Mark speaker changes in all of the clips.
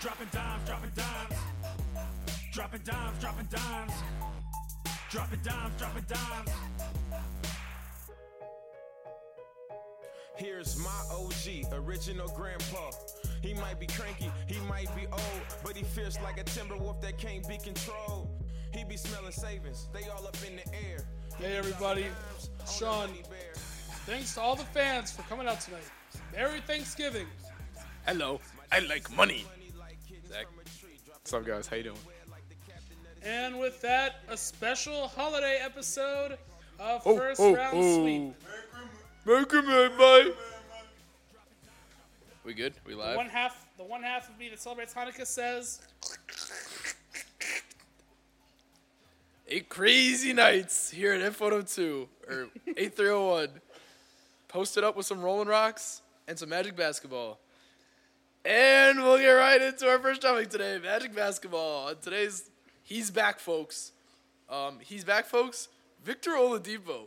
Speaker 1: Dropping dimes, dropping dimes. Dropping dimes, dropping dimes. Dropping dimes, dropping dimes.
Speaker 2: Here's my OG, original grandpa. He might be cranky, he might be old, but he fierce like a timber wolf that can't be controlled. He be smelling savings, they all up in the air.
Speaker 3: Hey, everybody. Sean. Thanks to all the fans for coming out tonight. Merry Thanksgiving.
Speaker 4: Hello, I like money. Zach. What's up, guys? How you doing?
Speaker 3: And with that, a special holiday episode of
Speaker 4: Oh,
Speaker 3: First
Speaker 4: oh,
Speaker 3: Round
Speaker 4: oh.
Speaker 3: Sweep.
Speaker 4: Welcome, everybody. We good? We live?
Speaker 3: One half, the one half of me that celebrates Hanukkah says,
Speaker 4: Eight crazy nights here at F102 or 8301. Posted up with some Rolling Rocks and some Magic Basketball. And we'll get right into our first topic today Magic Basketball. On today's He's Back, folks. Um, he's back, folks. Victor Oladipo.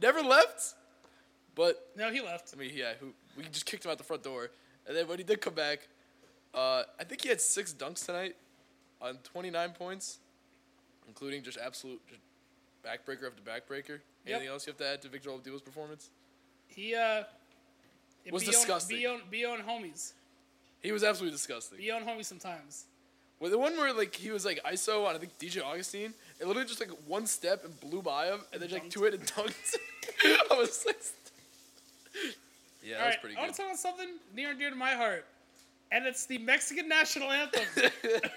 Speaker 4: Never left, but
Speaker 3: "No, he left."
Speaker 4: I mean, yeah, who, we just kicked him out the front door. And then when he did come back, uh, I think he had six dunks tonight on 29 points, including just absolute just backbreaker after backbreaker.
Speaker 3: Yep.
Speaker 4: Anything else you have to add to Victor Oladipo's performance?
Speaker 3: He uh,
Speaker 4: Was
Speaker 3: be
Speaker 4: disgusting.
Speaker 3: On, be on, be on homies.
Speaker 4: He was absolutely disgusting.
Speaker 3: Be on homies sometimes.
Speaker 4: Well, the one where like he was like ISO on I think DJ Augustine, it literally just like one step and blew by him, and then like
Speaker 3: Dunked.
Speaker 4: two handed dunked. I was like, yeah, that
Speaker 3: all
Speaker 4: was
Speaker 3: right,
Speaker 4: pretty
Speaker 3: I want
Speaker 4: good.
Speaker 3: to talk about something near and dear to my heart, and it's the Mexican national anthem.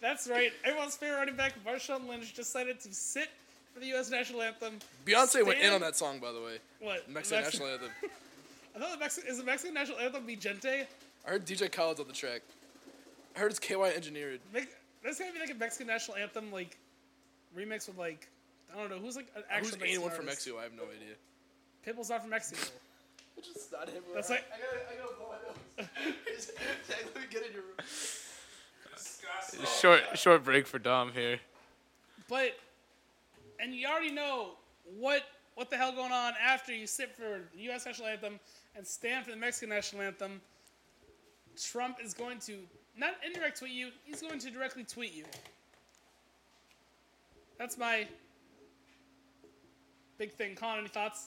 Speaker 3: That's right. Everyone's favorite running back, Marshawn Lynch, decided to sit for the U.S. national anthem.
Speaker 4: Beyonce went in
Speaker 3: Stand-
Speaker 4: on that song, by the way.
Speaker 3: What?
Speaker 4: Mexican
Speaker 3: Mex-
Speaker 4: national anthem.
Speaker 3: I thought the Mexican is the Mexican national anthem be gente.
Speaker 4: I heard DJ Khaled's on the track. I heard it's KY engineered.
Speaker 3: Mex- That's gonna be like a Mexican national anthem, like remix with like I don't know who's like an actual
Speaker 4: Who's
Speaker 3: Mexican
Speaker 4: anyone from
Speaker 3: artist?
Speaker 4: Mexico? I have no idea.
Speaker 3: Pitbull's not from Mexico.
Speaker 4: Just not him.
Speaker 3: That's like-
Speaker 4: I gotta, I gotta blow my nose. Let me get in your room.
Speaker 5: Short short break for Dom here.
Speaker 3: But and you already know what what the hell going on after you sit for the U.S. national anthem and stand for the Mexican national anthem. Trump is going to not indirect tweet you; he's going to directly tweet you. That's my big thing. Con, any thoughts?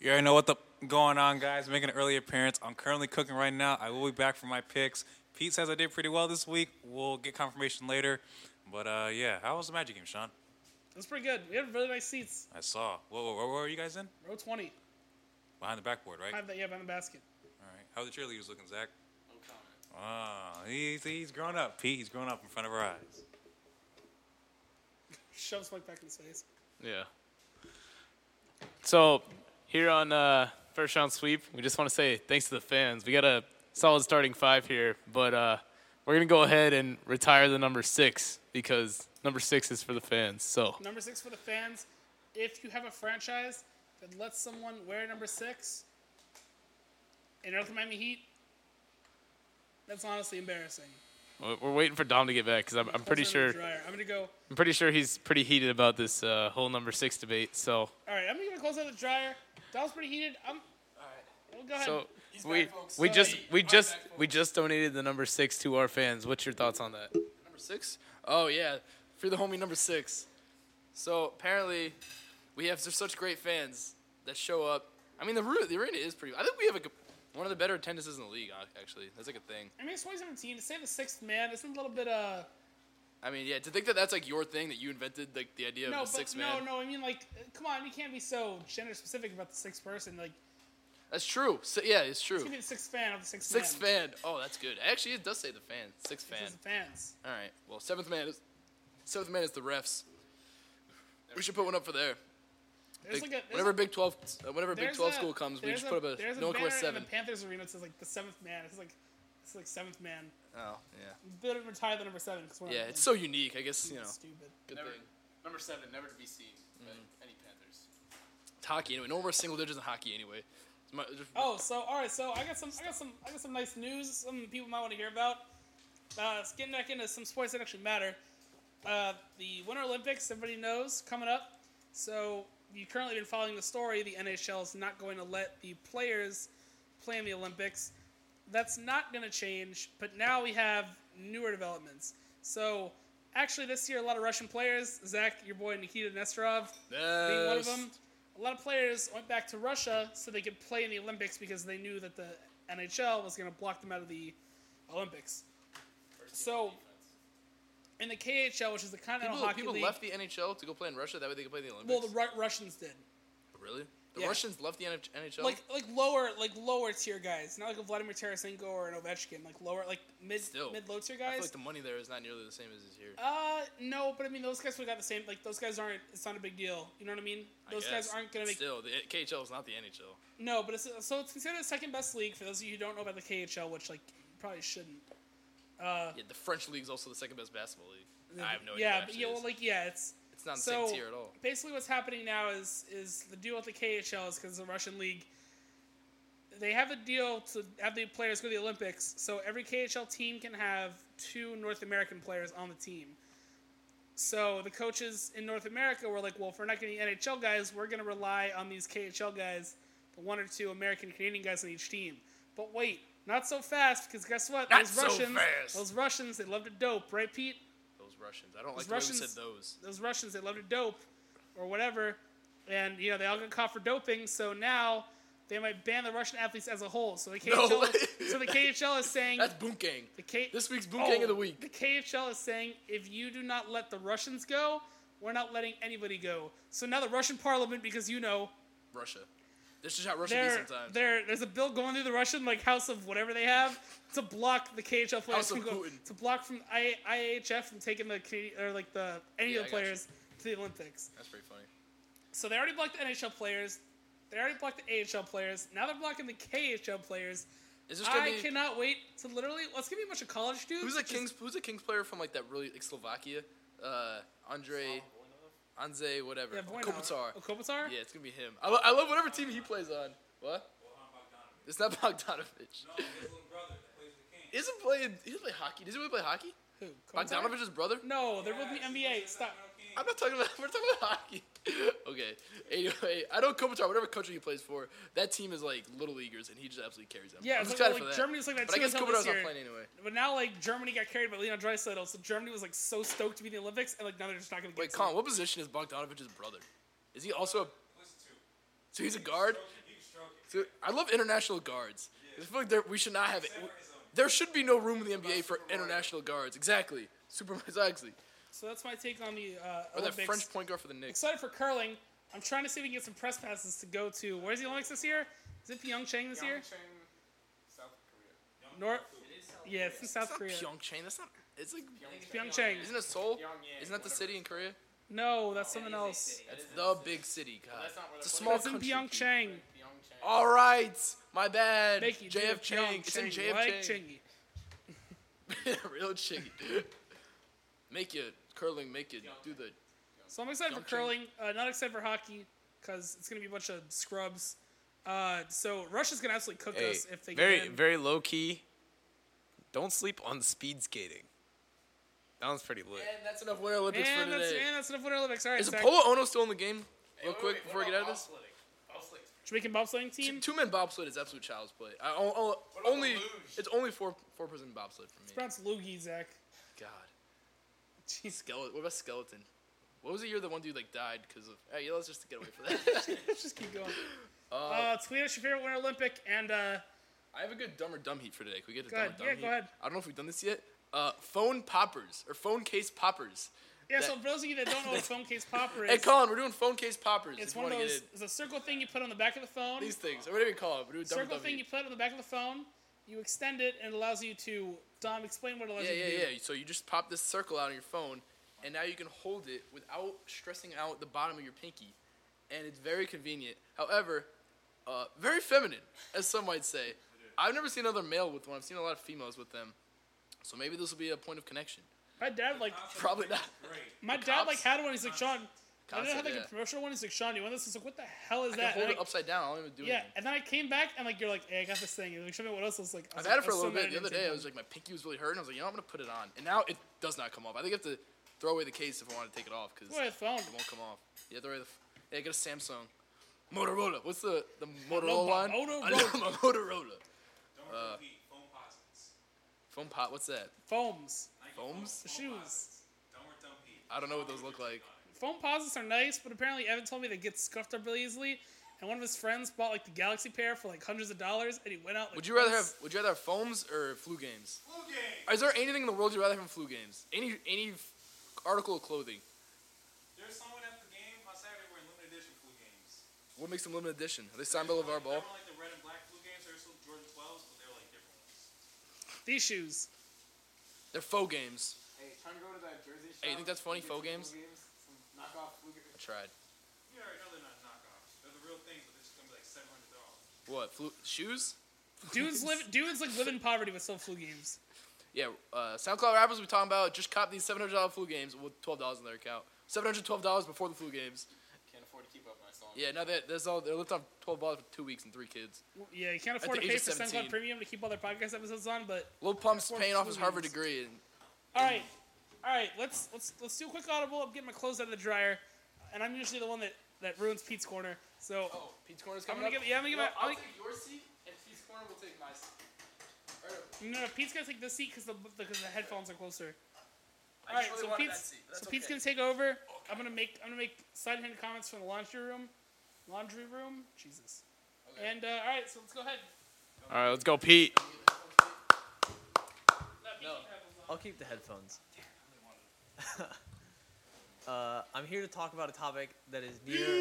Speaker 5: You already know what the going on, guys. Making an early appearance. I'm currently cooking right now. I will be back for my picks. Pete says I did pretty well this week. We'll get confirmation later. But uh, yeah, how was the Magic game, Sean?
Speaker 3: That's pretty good. We have really nice seats.
Speaker 5: I saw. Whoa, whoa, where were you guys in?
Speaker 3: Row 20.
Speaker 5: Behind the backboard, right?
Speaker 3: I have that, yeah, behind the basket.
Speaker 5: All right. How the cheerleaders looking, Zach? No comment. Wow, he's he's grown up, Pete. He's grown up in front of our eyes.
Speaker 3: Shoves Mike back in his face.
Speaker 6: Yeah. So here on uh, first round sweep, we just want to say thanks to the fans. We got a solid starting five here, but uh, we're gonna go ahead and retire the number six because number six is for the fans. So
Speaker 3: Number six for the fans. If you have a franchise that lets someone wear number six in North Miami Heat, that's honestly embarrassing.
Speaker 6: we're- we're waiting for Dom to get back because I'm, I'm pretty
Speaker 3: Puts it in
Speaker 6: sure
Speaker 3: the dryer. I'm going to go.
Speaker 6: I'm pretty sure he's pretty heated about this uh, whole number six debate. So
Speaker 3: All right, I'm going to close out the dryer. That was pretty heated. I'm. All right. Well, go ahead.
Speaker 6: so we we just we just we just donated the number six to our fans. What's your thoughts on that?
Speaker 4: Number six? Oh yeah, for the homie number six. So apparently, we have just such great fans that show up. I mean, the ru- the arena is pretty. I think we have a, g- one of the better attendances in the league. uh, Actually, that's like a thing.
Speaker 3: I mean, it's 2017. To say the sixth man isn't a little bit, uh.
Speaker 4: I mean, yeah, to think that that's like your thing that you invented, like the idea
Speaker 3: No,
Speaker 4: of the
Speaker 3: but
Speaker 4: six
Speaker 3: no,
Speaker 4: man.
Speaker 3: no. I mean, like, uh, come on. You can't be so gender specific about the sixth person. Like,
Speaker 4: That's true. So, yeah, it's true.
Speaker 3: give me the sixth fan of the sixth
Speaker 4: Six
Speaker 3: man.
Speaker 4: fan. Oh, that's good. Actually, it does say the fan. Six
Speaker 3: It's
Speaker 4: fan.
Speaker 3: just the fans.
Speaker 4: All right. Well, seventh man is seventh man is the refs. We should put one up for there.
Speaker 3: There's
Speaker 4: Big-
Speaker 3: like a, there's
Speaker 4: whenever Big Twelve, uh, whenever Big
Speaker 3: There's
Speaker 4: Twelve
Speaker 3: a-
Speaker 4: school comes, we
Speaker 3: there's
Speaker 4: should put up
Speaker 3: there's
Speaker 4: a no
Speaker 3: banner
Speaker 4: quest
Speaker 3: In
Speaker 4: seven.
Speaker 3: the Panthers arena it says like the seventh man. It's like it's like seventh man.
Speaker 4: Oh yeah,
Speaker 3: Bit of retire the number seven. 'cause we're
Speaker 4: yeah.
Speaker 3: not-
Speaker 4: It's so unique. I guess you know.
Speaker 3: it's stupid.
Speaker 4: Good thing. Mm-hmm.
Speaker 6: Number seven, never to be seen by any Panthers.
Speaker 4: It's hockey anyway. No more single digits in hockey anyway. It's my- just-
Speaker 3: Oh, so all right, so I got some, I got some, I got some nice news. Some people might want to hear about. Uh, it's getting back into some sports that actually matter. Uh, the Winter Olympics, everybody knows, coming up. So you've currently been following the story. The NHL is not going to let the players play in the Olympics. That's not going to change, but now we have newer developments. So, actually, this year, a lot of Russian players, Zach, your boy Nikita Nesterov, being one of
Speaker 4: Yes.
Speaker 3: them. A lot of players went back to Russia so they could play in the Olympics because they knew that the NHL was going to block them out of the Olympics. So, in the KHL, which is the Continental
Speaker 4: People,
Speaker 3: Hockey
Speaker 4: people
Speaker 3: League,
Speaker 4: left the NHL to go play in Russia. That way they could play in the Olympics.
Speaker 3: well, the Ru- Russians did.
Speaker 4: really? The
Speaker 3: Yeah.
Speaker 4: Russians left the NH- NHL.
Speaker 3: Like like lower like lower tier guys, not like a Vladimir Tarasenko or an Ovechkin, like lower like mid
Speaker 4: Still,
Speaker 3: mid low tier
Speaker 4: I feel
Speaker 3: guys.
Speaker 4: like the money there is not nearly the same as is here.
Speaker 3: Uh, no, but I mean, those guys would have got the same. Like, those guys aren't. It's not a big deal. You know what I mean?
Speaker 4: I
Speaker 3: Those guys
Speaker 4: guess.
Speaker 3: aren't gonna make.
Speaker 4: Still, the KHL is not the NHL.
Speaker 3: No, but it's so it's considered the second best league for those of you who don't know about the KHL, which like you probably shouldn't.
Speaker 4: Yeah, the French league is also the second best basketball league. I have no idea.
Speaker 3: yeah,
Speaker 4: what
Speaker 3: but
Speaker 4: Oh, it
Speaker 3: yeah,
Speaker 4: actually
Speaker 3: well,
Speaker 4: is.
Speaker 3: like yeah, it's
Speaker 4: it's not the
Speaker 3: so
Speaker 4: same tier at all.
Speaker 3: basically what's happening now is is the deal with the KHL is because the Russian league. They have a deal to have the players go to the Olympics, so every KHL team can have two North American players on the team. So the coaches in North America were like, "Well, if we're not getting NHL guys, we're going to rely on these KHL guys, the one or two American Canadian guys on each team." But wait, not so fast, because guess what?
Speaker 4: Not
Speaker 3: those
Speaker 4: so
Speaker 3: Russians,
Speaker 4: fast.
Speaker 3: those Russians, they love to dope, right, Pete?
Speaker 4: Those Russians. I don't
Speaker 3: Those
Speaker 4: like the way we
Speaker 3: Russians-
Speaker 4: said those.
Speaker 3: those Russians they love to dope or whatever, and you know they all got caught for doping. So now they might ban the Russian athletes as a whole. So the KHL,
Speaker 4: way.
Speaker 3: so the KHL is saying
Speaker 4: That's Boom Gang.
Speaker 3: the K-
Speaker 4: This week's Boom Gang of the week.
Speaker 3: The KHL is saying if you do not let the Russians go, we're not letting anybody go. So now the Russian Parliament, because you know
Speaker 4: Russia. This is how Russia be
Speaker 3: there,
Speaker 4: sometimes.
Speaker 3: there, there's a bill going through the Russian like House of whatever they have to block the KHL players
Speaker 4: House
Speaker 3: from
Speaker 4: of
Speaker 3: go,
Speaker 4: Putin.
Speaker 3: to block from I, IAHF from taking the Canadian- or like the any
Speaker 4: Yeah,
Speaker 3: of
Speaker 4: I
Speaker 3: the
Speaker 4: got you.
Speaker 3: players to the Olympics.
Speaker 4: That's pretty funny.
Speaker 3: So they already blocked the NHL players. They already blocked the AHL players. Now they're blocking the KHL players.
Speaker 4: Is this gonna
Speaker 3: I
Speaker 4: be
Speaker 3: cannot wait to literally. Well, it's gonna be a bunch of college dudes.
Speaker 4: who's a
Speaker 3: just-
Speaker 4: Kings? Who's a Kings player from like that really like Slovakia? Uh, Andre, Anze, whatever.
Speaker 3: Yeah, Voinov.
Speaker 4: Kopitar.
Speaker 3: Oh, Kopitar?
Speaker 4: Yeah, it's gonna be him. I, lo- I love whatever team he plays on. What? It's not Bogdanovich. Isn't playing? He doesn't play hockey. Does he really play hockey?
Speaker 3: Who? Kopitar?
Speaker 4: Bogdanovich's brother?
Speaker 3: No, they're with the NBA. Stop.
Speaker 4: I'm not talking about. We're talking about hockey. okay. Anyway, I know Kopitar. Whatever country he plays for, that team is like little leaguers, and he just absolutely carries them.
Speaker 3: Yeah,
Speaker 4: I'm
Speaker 3: it's
Speaker 4: just
Speaker 3: like-
Speaker 4: excited
Speaker 3: like,
Speaker 4: for that.
Speaker 3: Germany's like that
Speaker 4: But I
Speaker 3: team
Speaker 4: guess
Speaker 3: until
Speaker 4: Kopitar's
Speaker 3: this
Speaker 4: not
Speaker 3: year.
Speaker 4: playing anyway.
Speaker 3: But now, like Germany got carried by Leon Draisaitl, so Germany was like so stoked to be in the Olympics, and like now they're just not gonna get.
Speaker 4: Wait,
Speaker 3: to
Speaker 4: Colin,
Speaker 3: it.
Speaker 4: what position is Bogdanovich's brother? Is he also a? So he's a guard. So I love international guards. I feel like there, we should not have. There should be no room in the NBA for international guards. Exactly. Super exactly.
Speaker 3: So that's my take on the uh,
Speaker 4: Or that
Speaker 3: Olympics.
Speaker 4: French point guard for the Knicks.
Speaker 3: Excited for curling. I'm trying to see if we can get some press passes to go to. Where's the Olympics this year? Is it Pyeongchang this year? North. Yeah, it's in South
Speaker 4: It's not
Speaker 3: Korea.
Speaker 4: Pyeongchang. That's not. It's like.
Speaker 3: Pyeongchang.
Speaker 4: Isn't it Seoul? Isn't that the city in Korea?
Speaker 3: No, that's someone else.
Speaker 4: That's the big city, God. it's a small
Speaker 3: That's in
Speaker 4: country.
Speaker 3: Pyeongchang.
Speaker 4: All right, my bad.
Speaker 3: Make it
Speaker 4: JF
Speaker 3: Pyeongchang.
Speaker 4: Chang. It's in JF
Speaker 3: Like
Speaker 4: Chang.
Speaker 3: Changi.
Speaker 4: Real Chang. Make it curling. Make it do the.
Speaker 3: So I'm excited for
Speaker 4: Pyeongchang.
Speaker 3: curling. Uh, not excited for hockey because it's gonna be a bunch of scrubs. Uh, so Russia's gonna absolutely cook
Speaker 6: Hey,
Speaker 3: us if they
Speaker 6: very
Speaker 3: get in.
Speaker 6: very low key. Don't sleep on speed skating. That one's pretty lit.
Speaker 4: And that's enough Winter Olympics
Speaker 3: and
Speaker 4: for
Speaker 3: that's,
Speaker 4: today.
Speaker 3: and that's enough Winter Olympics. All right,
Speaker 4: Is
Speaker 3: Zach.
Speaker 4: Apollo Ono still in the game? Real quick before we get out of this.
Speaker 3: Jamaican bobsledding team.
Speaker 4: Two, two men bobsled is absolute child's play. I, o- o- only it's only four four person bobsled for me.
Speaker 3: Pronounce loogie, Zach.
Speaker 4: God.
Speaker 3: Jeez.
Speaker 4: Skeleton. What about skeleton? What was the year the one dude like died because of? Hey, yeah, let's just get away from that.
Speaker 3: Let's just keep going. Uh, tweet us your favorite Winter Olympic and uh,
Speaker 4: I have a good dumb or dumb heat for today. Can we get a
Speaker 3: Go
Speaker 4: dumb or
Speaker 3: ahead.
Speaker 4: dumb
Speaker 3: Yeah,
Speaker 4: heat?
Speaker 3: go ahead.
Speaker 4: I don't know if we've done this yet. Uh, phone poppers or phone case poppers.
Speaker 3: yeah.
Speaker 4: That-
Speaker 3: so for those of you that don't know what phone case popper is,
Speaker 4: Hey, Colin, we're doing phone case poppers.
Speaker 3: it's
Speaker 4: if you
Speaker 3: one of
Speaker 4: wanna
Speaker 3: those.
Speaker 4: Get
Speaker 3: It's a circle thing you put on the back of the phone.
Speaker 4: in. These things, or whatever you call it. We're doing dumb or
Speaker 3: circle
Speaker 4: dumb
Speaker 3: thing you
Speaker 4: heat.
Speaker 3: put on the back of the phone. You extend it and it allows you to. Dom, explain what it allows
Speaker 4: Yeah,
Speaker 3: you to do.
Speaker 4: yeah, yeah. So you just pop this circle out on your phone, and now you can hold it without stressing out the bottom of your pinky, and it's very convenient. However, uh, very feminine, as some might say. I've never seen another male with one. I've seen a lot of females with them, so maybe this will be a point of connection.
Speaker 3: My dad like
Speaker 4: Probably not.
Speaker 3: my dad like
Speaker 4: cops-
Speaker 3: had one. He's like Sean. I didn't
Speaker 4: Concept,
Speaker 3: have like
Speaker 4: yeah.
Speaker 3: a promotional one. He's like Sean, you want this? I was like, what the hell is
Speaker 4: I
Speaker 3: that?
Speaker 4: can hold
Speaker 3: And
Speaker 4: it
Speaker 3: I-
Speaker 4: upside down. I don't even do
Speaker 3: yeah,
Speaker 4: anything.
Speaker 3: and then I came back and like you're like, hey, I got this thing. And like, show me what else. I was like, I
Speaker 4: I've
Speaker 3: was
Speaker 4: had
Speaker 3: like,
Speaker 4: it for
Speaker 3: I
Speaker 4: a
Speaker 3: was so
Speaker 4: little
Speaker 3: mad I
Speaker 4: bit. The
Speaker 3: didn't
Speaker 4: other
Speaker 3: take
Speaker 4: day, I
Speaker 3: one.
Speaker 4: was like, my pinky was really hurting. I was like, you know, I'm gonna put it on, and now it does not come off. I think I have to throw away the case if I want to take it off because
Speaker 3: Throw away the
Speaker 4: it
Speaker 3: phone.
Speaker 4: won't come off. Yeah, throw away the. F- yeah, get a Samsung, Motorola. What's the the Motorola
Speaker 3: know
Speaker 4: line?
Speaker 3: about
Speaker 4: I know about Motorola.
Speaker 5: Phone
Speaker 4: Foam pot, what's that?
Speaker 3: Foams,
Speaker 4: Foams?
Speaker 3: shoes.
Speaker 4: I don't know what those look like.
Speaker 3: Foam posits are nice, but apparently Evan told me they get scuffed up really easily. And one of his friends bought like the Galaxy pair for like hundreds of dollars, and he went out. Like,
Speaker 4: Would you rather have
Speaker 3: once.
Speaker 4: Would you rather have foams or flu games? Flu games. Is there anything in the world you'd rather have than flu games? Any any f- article of clothing?
Speaker 5: There's someone at the game on Saturday wearing limited edition flu games.
Speaker 4: What makes them limited edition? Are they signed by LeVar Ball?
Speaker 5: like the red and black flu games. There's still Jordan 12s, but they're like different ones.
Speaker 3: these shoes?
Speaker 4: They're faux games.
Speaker 7: Hey, trying to go to that Jersey shop.
Speaker 4: Hey, you think that's funny,
Speaker 7: and get
Speaker 4: faux
Speaker 7: some
Speaker 4: games?
Speaker 7: Some knockoff flu games.
Speaker 4: I tried.
Speaker 5: You already know they're not knockoffs. They're the real things, but they're just gonna be like seven hundred dollars.
Speaker 4: What flu shoes?
Speaker 3: Dudes live. Dudes like live in poverty but still flu games.
Speaker 4: Yeah. Uh, SoundCloud rappers we talking about just cop these seven hundred dollar flu games with twelve dollars in their account. Seven hundred twelve dollars before the flu games.
Speaker 7: Can't afford to keep up my song.
Speaker 4: Yeah. Now that that's all. They lived on twelve dollars for two weeks and three kids.
Speaker 3: Yeah, you can't afford
Speaker 4: the
Speaker 3: to pay
Speaker 4: age of
Speaker 3: for
Speaker 4: 17.
Speaker 3: SoundCloud Premium to keep all their podcast episodes on. But
Speaker 4: Lil Pump's
Speaker 3: Poor
Speaker 4: paying off
Speaker 3: flu
Speaker 4: his Harvard
Speaker 3: games.
Speaker 4: degree. And
Speaker 3: all right, all right, let's let's let's do a quick audible. I'm getting my clothes out of the dryer, and I'm usually the one that that ruins Pete's corner. So
Speaker 4: oh, Pete's Corner's
Speaker 3: I'm
Speaker 4: coming
Speaker 3: gonna give yeah, I'm gonna give my. I'm gonna-
Speaker 4: your seat, and Pete's Corner will take my seat.
Speaker 3: No, no, Pete's gonna take this seat because the because the headphones are closer.
Speaker 4: I
Speaker 3: All right,
Speaker 4: really
Speaker 3: so
Speaker 4: wanted
Speaker 3: Pete's
Speaker 4: that seat, but that's
Speaker 3: so Pete's
Speaker 4: okay.
Speaker 3: gonna take over. I'm gonna make I'm gonna make side-hand comments from the laundry room, laundry room. Jesus. And uh, all right, so let's go ahead.
Speaker 6: All right, let's go, Pete.
Speaker 3: Let Pete keep headphones on.
Speaker 7: I'll keep the headphones. uh, I'm here to talk about a topic that is near,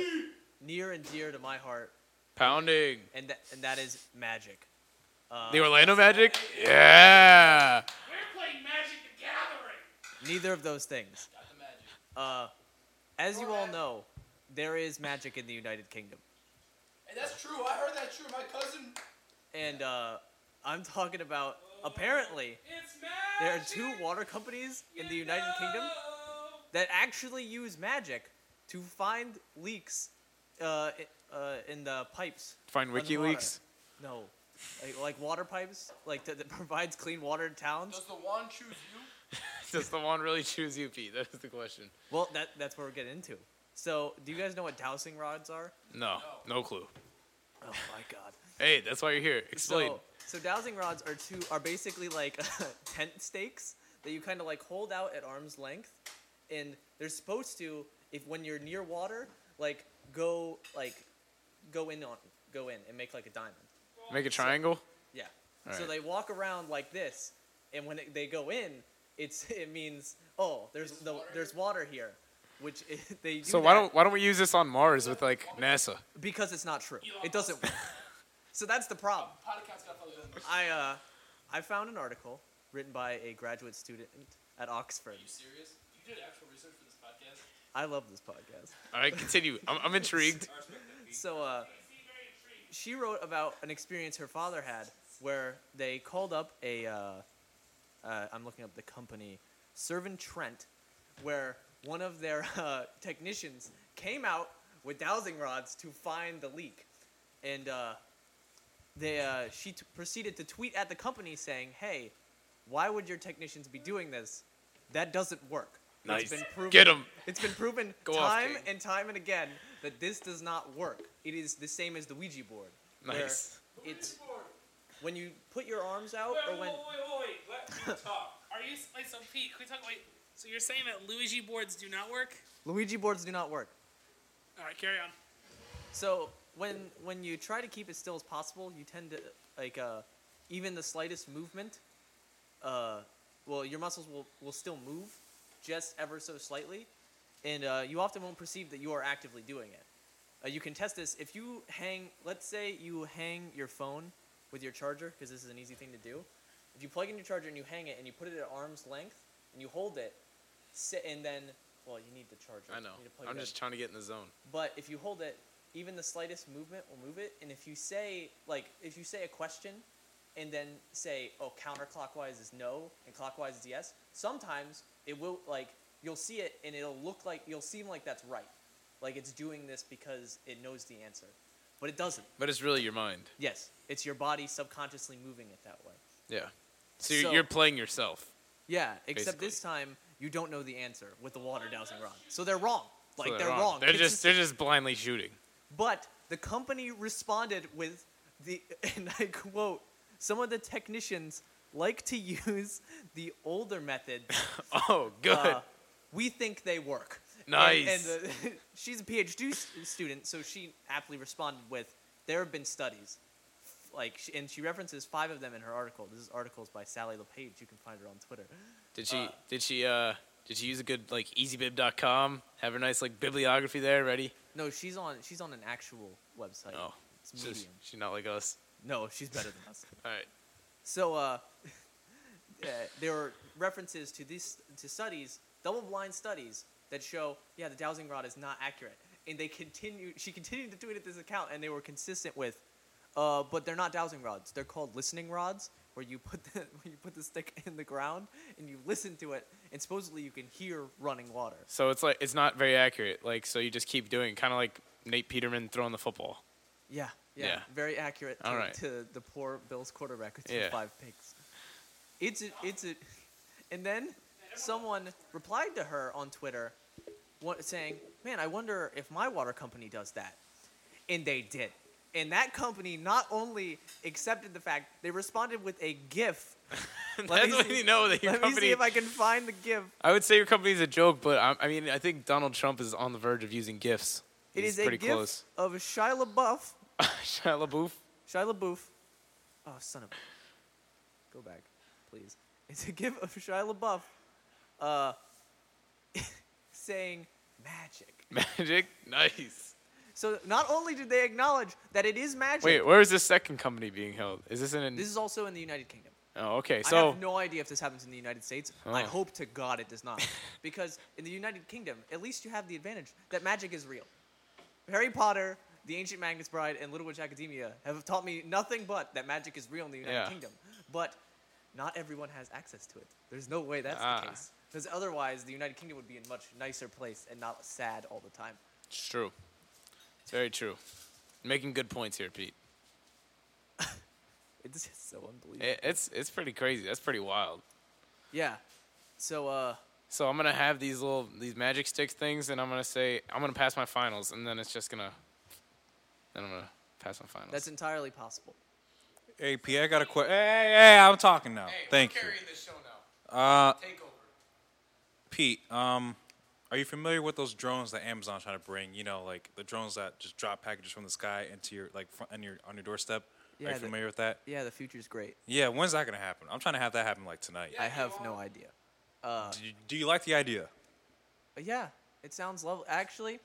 Speaker 7: near and dear to my heart,
Speaker 6: Pounding.
Speaker 7: and that, and that is magic.
Speaker 6: The Orlando Magic? Yeah.
Speaker 3: We're playing Magic the Gathering.
Speaker 7: Neither of those things. Uh, as you all know, there is magic in the United Kingdom,
Speaker 4: Hey, that's true. I heard that true. My cousin.
Speaker 7: and uh, I'm talking about apparently
Speaker 3: Oh, It's magic.
Speaker 7: there are two water companies in the United Kingdom that actually use magic to find leaks uh, i- uh, in the pipes.
Speaker 6: Find
Speaker 7: on the water.
Speaker 6: WikiLeaks.
Speaker 7: No. Like, like water pipes, like that, that provides clean water to towns.
Speaker 4: Does the wand choose you?
Speaker 6: Does the one really choose you, Pete? That is the question.
Speaker 7: Well, that that's what we're getting into. So, do you guys know what dowsing rods are?
Speaker 6: No, no clue.
Speaker 7: Oh my god.
Speaker 6: Hey, that's why you're here. Explain.
Speaker 7: So, so dowsing rods are two are basically like tent stakes that you kind of like hold out at arm's length, and they're supposed to if when you're near water, like go like go in on go in and make like a diamond.
Speaker 6: Make a triangle.
Speaker 7: Yeah.
Speaker 6: All
Speaker 7: So
Speaker 6: right.
Speaker 7: they walk around like this, and when it, they go in, it's it means oh there's the, there's water here, which it, they do
Speaker 6: So why
Speaker 7: that
Speaker 6: don't why don't we use this on Mars with like NASA?
Speaker 7: because it's not true. It doesn't work. so that's the problem. I uh, I found an article written by a graduate student at Oxford.
Speaker 4: serious? You did actual research for this podcast?
Speaker 7: I love this podcast.
Speaker 6: All right, continue. I'm, I'm intrigued.
Speaker 7: So uh, she wrote about an experience her father had where they called up a. Uh, uh, I'm looking up the company, Servant Trent, where one of their uh, technicians came out with dowsing rods to find the leak, and uh, they uh, she t- proceeded to tweet at the company saying, "Hey, why would your technicians be doing this? That doesn't work.
Speaker 6: Nice.
Speaker 7: It's been proven
Speaker 6: Get him.
Speaker 7: it's been proven
Speaker 6: Go off,
Speaker 7: time
Speaker 6: King.
Speaker 7: and time and again that this does not work. It is the same as the Ouija board. where
Speaker 6: Nice.
Speaker 7: It's Oh, when you put your arms out or when
Speaker 3: wait, wait, let Pete talk. Are you wait? So Pete, can we talk? Wait. So you're saying that Luigi boards do not work?
Speaker 7: Luigi boards do not work.
Speaker 3: All right, carry on.
Speaker 7: So when when you try to keep as still as possible, you tend to like uh, even the slightest movement, uh, well your muscles will, will still move, just ever so slightly, and uh, you often won't perceive that you are actively doing it. Uh, you can test this if you hang. Let's say you hang your phone with your charger because this is an easy thing to do. If you plug in your charger and you hang it and you put it at arm's length and you hold it, sit and then well you need the charger.
Speaker 6: I
Speaker 7: You
Speaker 6: know.
Speaker 7: need to plug
Speaker 6: I'm
Speaker 7: it in.
Speaker 6: just trying to get in the zone.
Speaker 7: But if you hold it, even the slightest movement will move it. And if you say like if you say a question and then say, oh counterclockwise is no and clockwise is yes, sometimes it will like you'll see it and it'll look like you'll seem like that's right. Like it's doing this because it knows the answer. But it doesn't.
Speaker 6: But it's really your mind.
Speaker 7: Yes. It's your body subconsciously moving it that way.
Speaker 6: Yeah. So you're,
Speaker 7: So-
Speaker 6: you're playing yourself.
Speaker 7: Yeah, except
Speaker 6: Basically.
Speaker 7: this time you don't know the answer with the water dowsing rod. So they're wrong. Like
Speaker 6: So
Speaker 7: they're, wrong.
Speaker 6: They're just
Speaker 7: Consistent-
Speaker 6: they're just blindly shooting.
Speaker 7: But the company responded with the, and I quote, some of the technicians like to use the older method.
Speaker 6: Oh, good.
Speaker 7: Uh, we think they work. And-
Speaker 6: Nice.
Speaker 7: And, uh, she's a PhD s- student, so she aptly responded with, "There have been studies." Like, sh- and she references five of them in her article. This is articles by Sally LePage. You can find her on Twitter.
Speaker 6: did she? did she? Uh, did she use a good like easybib.com? Have a nice like bibliography there ready.
Speaker 7: No, she's on. She's on an actual website.
Speaker 6: Oh,
Speaker 7: it's
Speaker 6: she's,
Speaker 7: Medium.
Speaker 6: she's not like us.
Speaker 7: No, she's better than us.
Speaker 6: All right.
Speaker 7: So uh, uh, there are references to these to studies, double-blind studies that show, yeah, the dowsing rod is not accurate. And they continue. She continued to tweet at this account, and they were consistent with, uh, but they're not dowsing rods. They're called listening rods, where you put the where you put the stick in the ground and you listen to it, and supposedly you can hear running water.
Speaker 6: So it's like it's not very accurate. Like so, you just keep doing kind of like Nate Peterman throwing the football.
Speaker 7: Yeah, yeah,
Speaker 6: Yeah.
Speaker 7: very accurate to,
Speaker 6: All right.
Speaker 7: to the poor Bills quarterback with
Speaker 6: Yeah.
Speaker 7: yeah. five picks. It's a, it's a, and then someone replied to her on Twitter, what, saying, "Man, I wonder if my water company does that," and they did. And that company not only accepted the fact, they responded with a GIF.
Speaker 6: That's when you know that your
Speaker 7: Let me
Speaker 6: company.
Speaker 7: see if I can find the GIF.
Speaker 6: I would say your company's a joke, but I, I mean, I think Donald Trump is on the verge of using gifts.
Speaker 7: It
Speaker 6: He's
Speaker 7: is a
Speaker 6: pretty
Speaker 7: GIF
Speaker 6: close.
Speaker 7: of Shia LaBeouf
Speaker 6: Shia LaBeouf.
Speaker 7: Shia LaBeouf. Oh, son of. Go back, please. It's a gif of Shia LaBeouf, uh, saying magic.
Speaker 6: Magic. Nice.
Speaker 7: So not only did they acknowledge that it is magic.
Speaker 6: Wait, where is this second company being held? Is this in? An,
Speaker 7: This is also in the United Kingdom.
Speaker 6: oh, okay.
Speaker 7: I
Speaker 6: So
Speaker 7: have no idea if this happens in the United States. I
Speaker 6: Oh.
Speaker 7: hope to God it does not, because in the United Kingdom, at least you have the advantage that magic is real. Harry Potter, The Ancient Magnus Bride, and Little Witch Academia have taught me nothing but that magic is real in the United
Speaker 6: Yeah.
Speaker 7: Kingdom. But not everyone has access to it. There's no way that's
Speaker 6: Ah.
Speaker 7: the case, because otherwise the United Kingdom would be in a much nicer place and not sad all the time.
Speaker 6: it's true. It's very true. Making good points here, Pete.
Speaker 7: It's just so unbelievable.
Speaker 6: It, it's it's pretty crazy. That's pretty wild.
Speaker 7: Yeah. So uh,
Speaker 6: So I'm gonna have these little these magic stick things, and I'm gonna say I'm gonna pass my finals, and then it's just gonna. Then I'm gonna pass my finals.
Speaker 7: that's entirely possible.
Speaker 5: Hey, P, I got a question. Hey, hey, I'm talking now. Thank you.
Speaker 6: this show now.
Speaker 5: Uh,
Speaker 6: Take over.
Speaker 5: Pete, um, are you familiar with those drones that Amazon's trying to bring? You know, like the drones that just drop packages from the sky into your like front, on your on your doorstep. are
Speaker 7: Yeah,
Speaker 5: you
Speaker 7: the-
Speaker 5: familiar with that?
Speaker 7: Yeah, the future's great.
Speaker 5: Yeah. When's that gonna happen? I'm trying to have that happen like tonight.
Speaker 7: I have no idea.
Speaker 5: Do, you, do you like the idea?
Speaker 7: But yeah, it sounds lovely. Actually,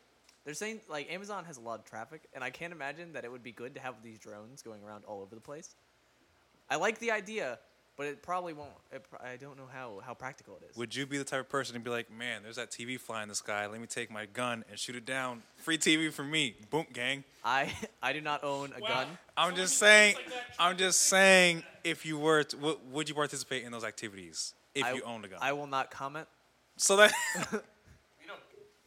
Speaker 7: they're saying like Amazon has a lot of traffic, and I can't imagine that it would be good to have these drones going around all over the place. I like the idea, but it probably won't. It, pr- I don't know how how practical it is.
Speaker 5: Would you be the type of person to be like, man, there's that TV flying in the sky. Let me take my gun and shoot it down. Free TV for me. Boom, gang.
Speaker 7: I I do not own a gun.
Speaker 5: I'm
Speaker 3: So
Speaker 5: just
Speaker 3: many
Speaker 5: saying.
Speaker 3: things like that.
Speaker 5: I'm just saying. If you were, to, w- would you participate in those activities if
Speaker 7: I,
Speaker 5: you owned a gun?
Speaker 7: I will not comment.
Speaker 5: so that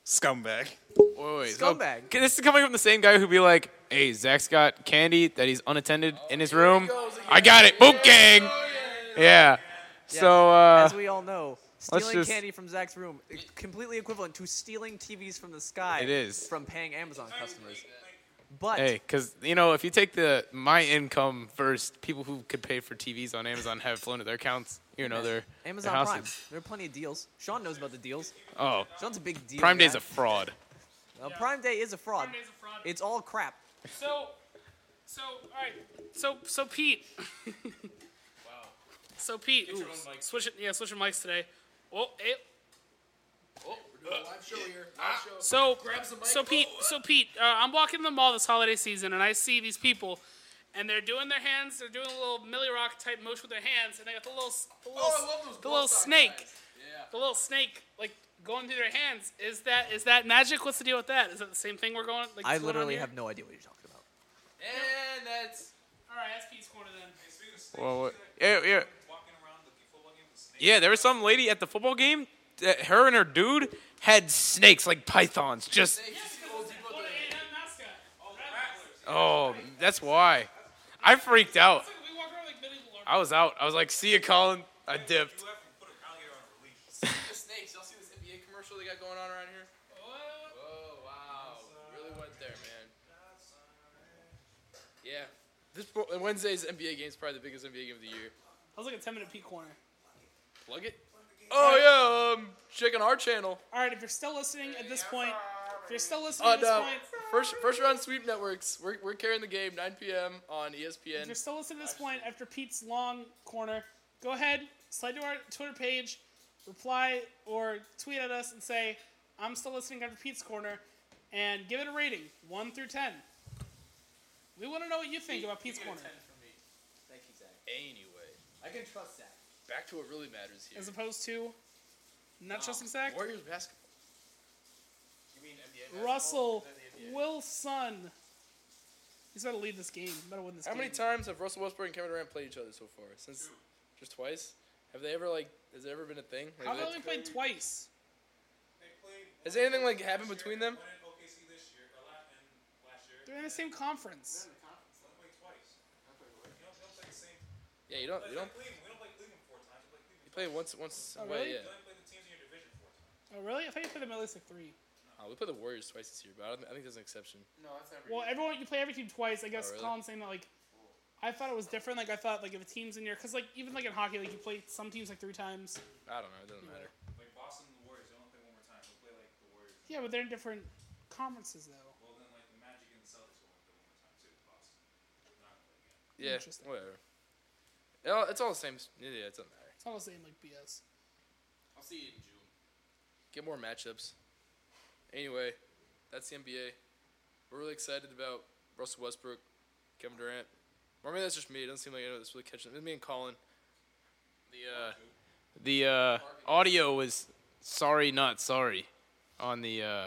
Speaker 5: scumbag.
Speaker 6: Wait, wait,
Speaker 7: Scumbag.
Speaker 6: So, this is coming from the same guy who'd be like, "Hey, Zach's got candy that he's unattended in his room. I got it. Boom, gang. yeah. So uh,
Speaker 7: As we all know,
Speaker 6: let's
Speaker 7: stealing
Speaker 6: just-
Speaker 7: candy from Zach's room is completely equivalent to stealing TVs from the sky.
Speaker 6: It is.
Speaker 7: from paying Amazon customers. But
Speaker 6: Hey, because you know, if you take the my income first, people who could pay for TVs on Amazon have flown to their accounts. You know, their
Speaker 7: Amazon
Speaker 6: their
Speaker 7: Prime,
Speaker 6: houses.
Speaker 7: there are plenty of deals. Sean knows about the deals.
Speaker 6: Oh,
Speaker 7: Sean's a big deal.
Speaker 6: Prime
Speaker 7: guy.
Speaker 6: Day's a fraud.
Speaker 7: Uh, Prime Day is a fraud.
Speaker 3: Prime Day's a fraud.
Speaker 7: It's all crap.
Speaker 3: So, so all right. So so Pete. wow. So Pete, ooh, switch yeah, switch your mics today. Oh, Well, it, Uh, ah. so so Pete, so Pete, uh, I'm walking the mall this holiday season, and I see these people, and they're doing their hands. They're doing a little Millie Rock type motion with their hands, and they got the little s- the little, s- the little snake, the little snake like going through their hands. Is that is that magic? What's the deal with that? Is that the same thing we're going? Like,
Speaker 7: I
Speaker 3: going on
Speaker 7: literally
Speaker 3: here?
Speaker 7: have no idea what you're talking about.
Speaker 6: And that's
Speaker 3: All right, that's Pete's corner then.
Speaker 6: well, what- yeah, yeah. Yeah, there was some lady at the football game. That her and her dude had snakes like pythons. Just oh, that's why. I freaked out. I was out. I was like, "See you, Colin." I dipped.
Speaker 8: snakes. Y'all see this NBA commercial they got going on around here? Oh wow! Really went there, man.
Speaker 4: Yeah. This pro- Wednesday's NBA game is probably the biggest NBA game of the year.
Speaker 3: was like a 10 minute peak corner.
Speaker 4: Plug it. Oh yeah, um, checking our channel.
Speaker 3: All right, if you're still listening at this point, if you're still listening
Speaker 4: Uh,
Speaker 3: at this
Speaker 4: no,
Speaker 3: point,
Speaker 4: first first round sweep networks. We're, we're carrying the game 9 p.m. on E ESPN.
Speaker 3: if you're still listening at this point after Pete's long corner, go ahead, slide to our Twitter page, reply or tweet at us and say, I'm still listening after Pete's corner, and give it a rating, 1 through 10. We want to know what you think about Pete's corner,
Speaker 7: Thank you, Zach.
Speaker 4: Anyway,
Speaker 7: I can trust Zach.
Speaker 4: back to what really matters here.
Speaker 3: as opposed to not trusting Zach.
Speaker 4: Warriors basketball.
Speaker 3: Russell Wilson. He's got to lead this game. Better win this
Speaker 4: How
Speaker 3: game.
Speaker 4: many times have Russell Westbrook and Kevin Durant played each other so far? Since just twice. Have they ever like? Has it ever been a thing? Like,
Speaker 3: How
Speaker 4: they-
Speaker 3: about we played twice?
Speaker 4: Has anything like happened between them?
Speaker 3: They're in the same conference.
Speaker 4: Yeah, you don't. You don't. You play once once.
Speaker 3: Oh,
Speaker 4: well,
Speaker 3: really?
Speaker 4: yeah.
Speaker 3: Oh, really? I thought you played them at least like three.
Speaker 4: Oh, we played the Warriors twice this year, but I, don't, I think there's an exception.
Speaker 8: No, that's every.
Speaker 3: Well, everyone you play every team twice. I guess
Speaker 4: really?
Speaker 3: Colin's saying that like, I thought it was different. Like I thought like if a team's in your because like even like in hockey like you play some teams like three times.
Speaker 4: I don't know. It doesn't matter.
Speaker 9: Like Boston and the Warriors, they only play one more time. They play like the Warriors.
Speaker 3: Yeah, but they're in different conferences though.
Speaker 9: Well, then like the Magic and the Celtics will only play one more time too. Boston. Not play again.
Speaker 4: Yeah.
Speaker 3: Interesting.
Speaker 4: Whatever. It all, it's all the same. s- Yeah, yeah, it doesn't matter.
Speaker 3: It's all the same like BS.
Speaker 8: I'll see you in June.
Speaker 4: Get more matchups. Anyway, that's the NBA. We're really excited about Russell Westbrook, Kevin Durant. Or maybe that's just me. It doesn't seem like anyone that's really catching it. Me and Colin. The uh,
Speaker 6: The uh, audio was sorry, not sorry, on the uh,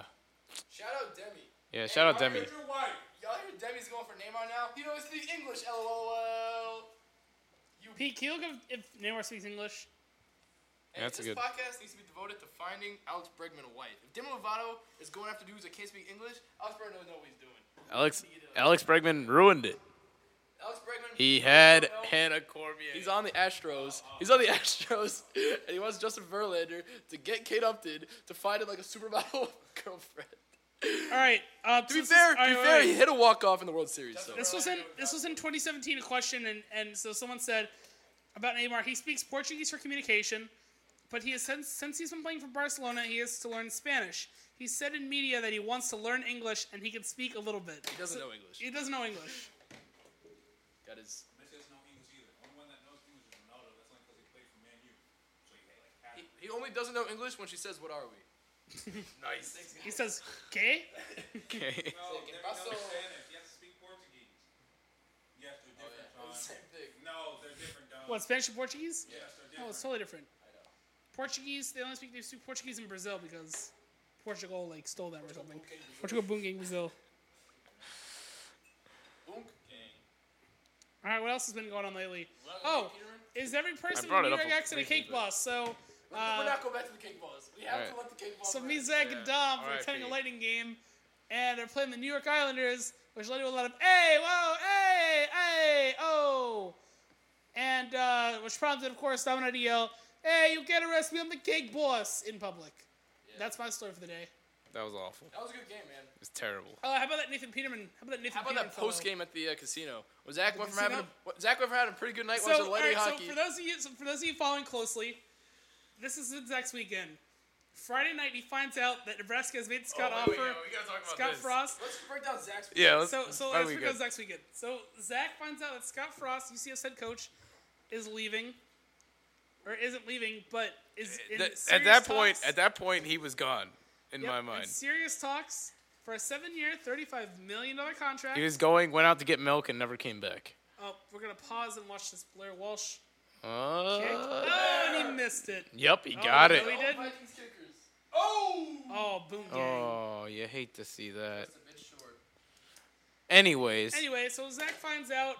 Speaker 4: shout out Demi.
Speaker 6: yeah. Shout out Demi.
Speaker 4: Y'all hear Demi's going for Neymar now? He knows the English. LOL.
Speaker 3: Pete, can you look up if Neymar speaks English?
Speaker 4: And
Speaker 6: That's a
Speaker 4: this
Speaker 6: good-
Speaker 4: podcast needs to be devoted to finding Alex Bregman a wife. If Demi Lovato is going after dudes that can't speak English, Alex Bregman doesn't know what he's doing.
Speaker 6: Alex Alex Bregman ruined it.
Speaker 4: Alex Bregman.
Speaker 6: He had Oh. Hannah Cormier.
Speaker 4: He's on the Astros. He's on the Astros, and he wants Justin Verlander to get Kate Upton to find him like a supermodel girlfriend.
Speaker 3: All right. Uh,
Speaker 4: To be fair, to be fair, he hit a walk off in the World Series. So
Speaker 3: This was in this was in 2017. A question, and, and so someone said about Neymar, he speaks Portuguese for communication, but he has since since he's been playing for Barcelona, he has to learn Spanish. He said in media that he wants to learn English and he can speak a little bit.
Speaker 4: he doesn't know English.
Speaker 3: He doesn't know English.
Speaker 4: Got his.
Speaker 9: Messi doesn't know English either. The only one that knows English is Ronaldo. That's only because he played for Man U. So he like half.
Speaker 4: He, he only doesn't know English when she says, "What are we?" nice.
Speaker 3: He says, "Que?"
Speaker 6: Okay.
Speaker 9: No, they
Speaker 4: I saw-
Speaker 9: don't understand it. You have to speak Portuguese. Yes, they're different, John.
Speaker 4: Oh, Same thing.
Speaker 9: No, they're different, Don.
Speaker 3: What Spanish and Portuguese?
Speaker 9: Yes, they're
Speaker 3: No,
Speaker 9: different.
Speaker 3: it's totally different. Portuguese, they only speak they speak Portuguese in Brazil because Portugal like stole them or something. Portugal bunking Brazil. All right, what else has been going on lately? Oh, is every person in
Speaker 6: brought it
Speaker 3: New
Speaker 6: up
Speaker 3: York
Speaker 6: a-
Speaker 3: acts in a cake boss? So,
Speaker 4: We're
Speaker 3: uh,
Speaker 4: not going back to the cake balls. We have
Speaker 6: Alright.
Speaker 4: to let the cake balls.
Speaker 3: so
Speaker 4: rest.
Speaker 3: me, Zach, and
Speaker 6: Yeah.
Speaker 3: Dom are
Speaker 6: R.I.P.
Speaker 3: attending a lighting game, and they're playing the New York Islanders, which led to a lot of hey, whoa, hey, hey, oh, and uh, which prompted, of course, Dom and I to yell, "Hey, you can't arrest me! I'm the cake boss!" in public. That's my story for the day.
Speaker 6: That was awful. It
Speaker 4: That was a good game, man.
Speaker 6: was terrible.
Speaker 3: Oh, how about that Nathan Peterman? How about that Nathan?
Speaker 4: How about
Speaker 3: Peterman
Speaker 4: that
Speaker 3: fellow?
Speaker 4: post game at the uh, casino? Well, Zach went from
Speaker 3: casino?
Speaker 4: having a, what- Zach went from having a pretty good night
Speaker 3: So,
Speaker 4: watching
Speaker 3: all
Speaker 4: Lady
Speaker 3: right,
Speaker 4: hockey.
Speaker 3: so for those of you, so for those of you following closely, this is his next weekend. Friday night, he finds out that Nebraska has made Scott
Speaker 6: Oh,
Speaker 3: offer Scott Frost.
Speaker 4: Let's break down Zach's.
Speaker 6: Yeah. Let's,
Speaker 3: So, so
Speaker 6: why
Speaker 3: that's
Speaker 6: we
Speaker 3: what goes
Speaker 6: good?
Speaker 3: next weekend. So Zach finds out that Scott Frost, UCF's head coach, is leaving, or isn't leaving, but is in
Speaker 6: Th- at
Speaker 3: serious
Speaker 6: Eh, that point,
Speaker 3: talks-
Speaker 6: at that point, he was gone in
Speaker 3: Yep,
Speaker 6: my
Speaker 3: in
Speaker 6: mind.
Speaker 3: serious talks for a seven-year, thirty-five million dollar contract.
Speaker 6: He was going, went out to get milk, and never came back.
Speaker 3: oh, we're gonna pause and watch this Blair Walsh. kick.
Speaker 6: Uh,
Speaker 3: oh, and he missed it.
Speaker 6: yep, he
Speaker 3: Oh,
Speaker 6: got
Speaker 3: no,
Speaker 6: it.
Speaker 3: he didn't.
Speaker 4: Vikings kickers.
Speaker 3: Oh, boom gang.
Speaker 6: Oh, you hate to see that.
Speaker 4: It's a bit short.
Speaker 6: Anyways,
Speaker 3: Anyway, so Zach finds out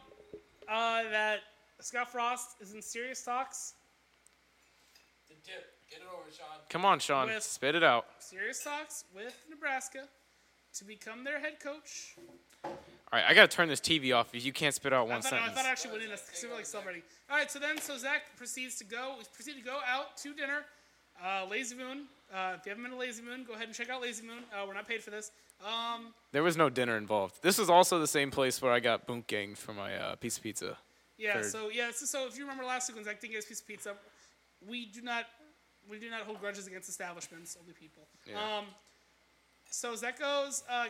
Speaker 3: uh, that Scott Frost is in serious talks.
Speaker 4: The dip. Get it over, Sean.
Speaker 6: come on, Sean,
Speaker 3: With-
Speaker 6: spit it out.
Speaker 3: Serious talks with Nebraska to become their head coach.
Speaker 6: All right, I gotta turn this TV off. You can't spit out one
Speaker 3: I thought, I
Speaker 6: sentence.
Speaker 3: thought I actually winning this because we were like celebrating. All right, so then so Zach proceeds to go proceed to go out to dinner. Uh, Lazy Moon. Uh, if you haven't been to Lazy Moon, go ahead and check out Lazy Moon. Uh, we're not paid for this. Um,
Speaker 6: There was no dinner involved. This was also the same place where I got boonk ganged for my uh, piece of pizza.
Speaker 3: Yeah.
Speaker 6: Third.
Speaker 3: So yeah. So, so if you remember last sequence, I think it was piece of pizza. We do not, we do not hold grudges against establishments, only people.
Speaker 6: Yeah.
Speaker 3: Um, so as that goes, uh,